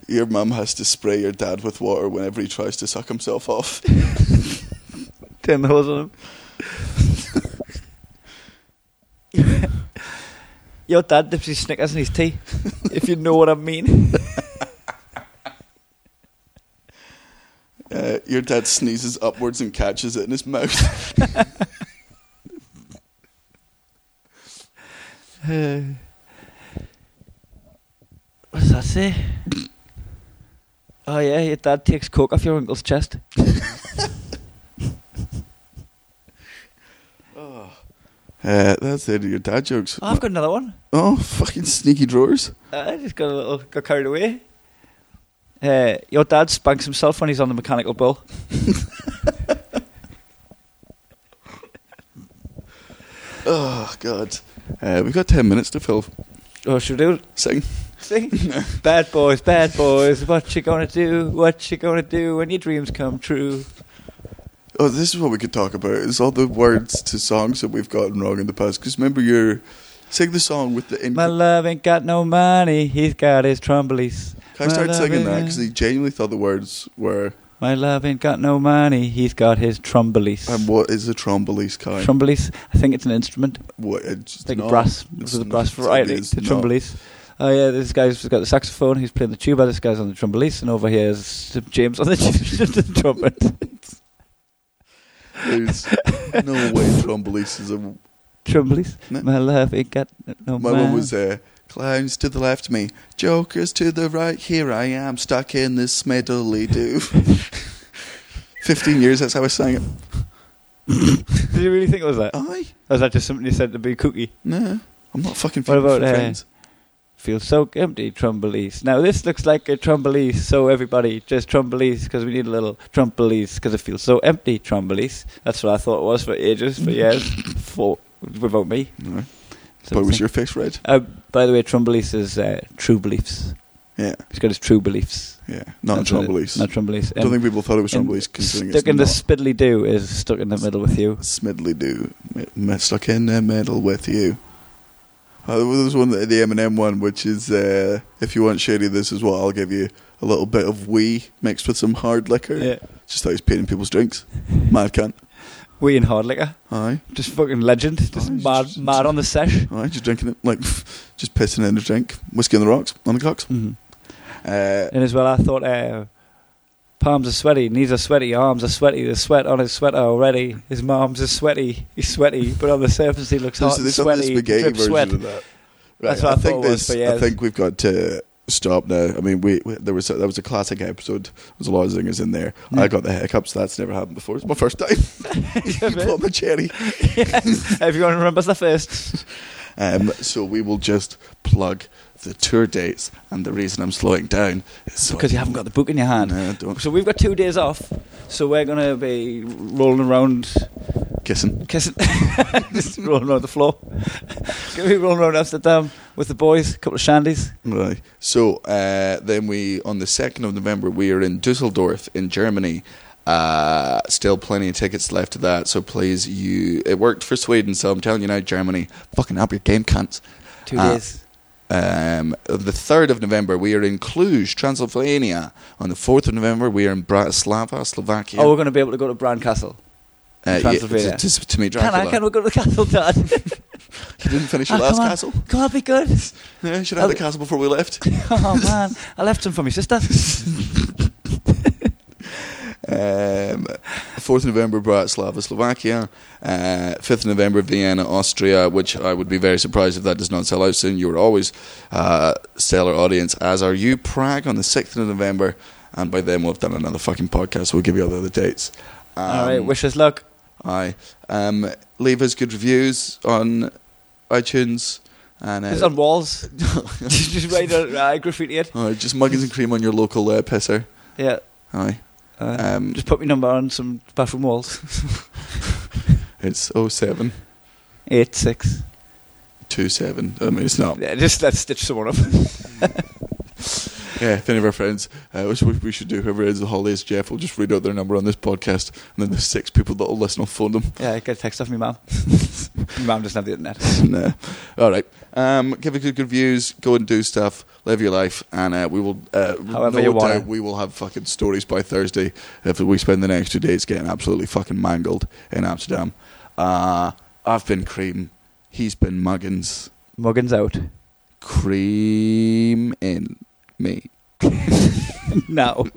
[SPEAKER 1] Your mum has to spray your dad with water whenever he tries to suck himself off.
[SPEAKER 3] (laughs)
[SPEAKER 1] (laughs)
[SPEAKER 3] Turn the hose on him. (laughs) Your dad dips his Snickers in his tea, if you know what I mean.
[SPEAKER 1] Uh, your dad sneezes upwards and catches it in his mouth. (laughs)
[SPEAKER 3] What does that say? Oh yeah, your dad takes coke off your uncle's chest.
[SPEAKER 1] Uh, that's it. Your dad jokes.
[SPEAKER 3] Oh, I've got another one.
[SPEAKER 1] Oh, fucking sneaky drawers.
[SPEAKER 3] I Uh, just got a little got carried away. Uh, your dad spanks himself when he's on the mechanical bull.
[SPEAKER 1] Oh God. Uh, we've got ten minutes to fill.
[SPEAKER 3] Oh, should we do
[SPEAKER 1] Sing.
[SPEAKER 3] Sing. bad boys, bad boys, what you gonna do? What you gonna do when your dreams come true?
[SPEAKER 1] Oh, this is what we could talk about. It's all the words to songs that we've gotten wrong in the past. Because remember, your sing the song with the. In-
[SPEAKER 3] My love ain't got no money, he's got his trombolis.
[SPEAKER 1] Can I start
[SPEAKER 3] My
[SPEAKER 1] singing
[SPEAKER 3] love
[SPEAKER 1] that?
[SPEAKER 3] ain't-
[SPEAKER 1] Because he genuinely thought the words were.
[SPEAKER 3] My love ain't got no money, he's got his trombolis.
[SPEAKER 1] And um, what is a trombolese kind?
[SPEAKER 3] Trombolis, I think it's an instrument,
[SPEAKER 1] what? It's
[SPEAKER 3] like
[SPEAKER 1] not.
[SPEAKER 3] brass.
[SPEAKER 1] It's
[SPEAKER 3] This is a
[SPEAKER 1] not.
[SPEAKER 3] brass
[SPEAKER 1] It's
[SPEAKER 3] variety,
[SPEAKER 1] not.
[SPEAKER 3] the trombolis. Oh yeah, this guy's got the saxophone, he's playing the tuba, this guy's on the trombolis, and over here is James on the, the (laughs) trumpet.
[SPEAKER 1] There's no way trombolese
[SPEAKER 3] (laughs)
[SPEAKER 1] is a
[SPEAKER 3] Trombolis,
[SPEAKER 1] No.
[SPEAKER 3] my love ain't got no
[SPEAKER 1] My
[SPEAKER 3] money.
[SPEAKER 1] one was uh, clowns to the left of me, jokers to the right. Here I am stuck in this medley do. (laughs) Fifteen years. That's how I sang it.
[SPEAKER 3] Did you really think it was that?
[SPEAKER 1] I
[SPEAKER 3] Or is that just something you said to be cookie?
[SPEAKER 1] no. I'm not fucking.
[SPEAKER 3] What about,
[SPEAKER 1] fucking
[SPEAKER 3] uh,
[SPEAKER 1] friends.
[SPEAKER 3] Feel so empty, Trombolese. Now this looks like a Trombolese, so everybody just Trombolese because we need a little Trombolese because it feels so empty, Trombolese. That's what I thought it was for ages,
[SPEAKER 1] (coughs)
[SPEAKER 3] for years, for without me.
[SPEAKER 1] No.
[SPEAKER 3] So
[SPEAKER 1] But was
[SPEAKER 3] it's-
[SPEAKER 1] your face red?
[SPEAKER 3] Uh, by the way, Trombolese is uh, true beliefs.
[SPEAKER 1] Yeah,
[SPEAKER 3] He's got his true beliefs.
[SPEAKER 1] yeah. Not in
[SPEAKER 3] That's what it-
[SPEAKER 1] trombolese.
[SPEAKER 3] Not Trombolese.
[SPEAKER 1] I don't
[SPEAKER 3] And-
[SPEAKER 1] think people thought it was
[SPEAKER 3] and
[SPEAKER 1] trombolese considering
[SPEAKER 3] stuck
[SPEAKER 1] it's
[SPEAKER 3] in
[SPEAKER 1] not.
[SPEAKER 3] the spiddly do is stuck in the middle with you.
[SPEAKER 1] Smidley do M- m- stuck in the middle with you. Uh, there was one the Eminem one, which is uh, if you want shady, this is what I'll give you: a little bit of wee mixed with some hard liquor.
[SPEAKER 3] Yeah.
[SPEAKER 1] Just thought he was painting people's drinks. Mad cunt.
[SPEAKER 3] We and hard liquor,
[SPEAKER 1] Aye,
[SPEAKER 3] just fucking legend, just
[SPEAKER 1] Oh,
[SPEAKER 3] mad,
[SPEAKER 1] just-
[SPEAKER 3] mad on the sesh.
[SPEAKER 1] aye. Just drinking it like (laughs) just pissing in the drink. Whiskey on the rocks, on the cocks.
[SPEAKER 3] Mm-hmm.
[SPEAKER 1] Uh,
[SPEAKER 3] And as well, I thought, uh, palms are sweaty, knees are sweaty, arms are sweaty. The sweat on his sweater already. His mom's are sweaty. He's sweaty, but on the surface he looks
[SPEAKER 1] so
[SPEAKER 3] hot and
[SPEAKER 1] they've done the
[SPEAKER 3] sweaty.
[SPEAKER 1] spaghetti
[SPEAKER 3] Drip
[SPEAKER 1] version
[SPEAKER 3] sweat.
[SPEAKER 1] of that.
[SPEAKER 3] That's what I
[SPEAKER 1] think
[SPEAKER 3] thought it was
[SPEAKER 1] this.
[SPEAKER 3] for
[SPEAKER 1] I
[SPEAKER 3] years.
[SPEAKER 1] think we've got to stop now. I mean, we, we there was a, that was a classic episode. There was a lot of zingers in there. I got the hiccups. That's never happened before. It's my first time.
[SPEAKER 3] (laughs)
[SPEAKER 1] (laughs) you bought my cherry.
[SPEAKER 3] Everyone remembers
[SPEAKER 1] (laughs)
[SPEAKER 3] the first.
[SPEAKER 1] Um, so we will just plug the tour dates. And the reason I'm slowing down is so
[SPEAKER 3] Because you haven't got the book in your hand.
[SPEAKER 1] No, don't
[SPEAKER 3] So we've got two days off. So we're going to be rolling around,
[SPEAKER 1] kissing.
[SPEAKER 3] kissing, (laughs) just rolling around the floor. going to be rolling around Amsterdam with the boys, a couple of shandies.
[SPEAKER 1] Right. So uh, then we on the second of November we are in Dusseldorf in Germany. Uh, still plenty of tickets left to that. So please, you it worked for Sweden, so I'm telling you now, Germany, fucking up your game, cunts.
[SPEAKER 3] Two
[SPEAKER 1] Uh,
[SPEAKER 3] days.
[SPEAKER 1] Um, the 3rd of November, we are in Cluj, Transylvania. On the 4th of November, we are in Bratislava, Slovakia. Uh,
[SPEAKER 3] Oh, we're going to be able to go to Brand Castle.
[SPEAKER 1] yeah,
[SPEAKER 3] Transylvania.
[SPEAKER 1] to, to, to meet
[SPEAKER 3] Can
[SPEAKER 1] Dracula.
[SPEAKER 3] I? Can we go to the castle, Dad?
[SPEAKER 1] (laughs) You didn't finish
[SPEAKER 3] Oh,
[SPEAKER 1] your last
[SPEAKER 3] come on.
[SPEAKER 1] castle?
[SPEAKER 3] Come on, be good.
[SPEAKER 1] Yeah, you should have had
[SPEAKER 3] Oh.
[SPEAKER 1] the castle before we left. Um,
[SPEAKER 3] Oh man, I left some for my sister.
[SPEAKER 1] Uh, Um, 4th of November, Bratislava, Slovakia. Uh, 5th of November, Vienna, Austria, which I would be very surprised if that does not sell out soon. You are always uh, stellar audience, as are you. Prague on the 6th of November. And by then, we'll have done another fucking podcast. We'll give you all the other dates. Um,
[SPEAKER 3] All right, wish us luck.
[SPEAKER 1] Aye. Um, leave us good reviews on iTunes. And, uh,
[SPEAKER 3] It's
[SPEAKER 1] (laughs)
[SPEAKER 3] on (laughs) walls. just write a uh, graffiti it.
[SPEAKER 1] Aye, just muggins and cream on your local uh, pisser.
[SPEAKER 3] Yeah.
[SPEAKER 1] Aye.
[SPEAKER 3] Uh,
[SPEAKER 1] Um,
[SPEAKER 3] just put my number on some bathroom walls.
[SPEAKER 1] It's 07
[SPEAKER 3] Eight six.
[SPEAKER 1] 27. I mean, it's not.
[SPEAKER 3] Yeah, just let's stitch someone up.
[SPEAKER 1] Yeah, if any of our friends, uh, which we we should do, whoever ends the holidays, Jeff will just read out their number on this podcast, and then the six people that will listen will phone them. (laughs)
[SPEAKER 3] yeah, get a text off me mum. my mum doesn't have the internet.
[SPEAKER 1] nah. All right. Um, give it good, good views. Go and do stuff. Live your life, and uh, we will. Uh,
[SPEAKER 3] However
[SPEAKER 1] no
[SPEAKER 3] you want
[SPEAKER 1] doubt
[SPEAKER 3] it.
[SPEAKER 1] we will have fucking stories by Thursday. If we spend the next two days getting absolutely fucking mangled in Amsterdam, uh, I've been cream. He's been muggins.
[SPEAKER 3] Muggins out.
[SPEAKER 1] Cream in me.
[SPEAKER 3] no.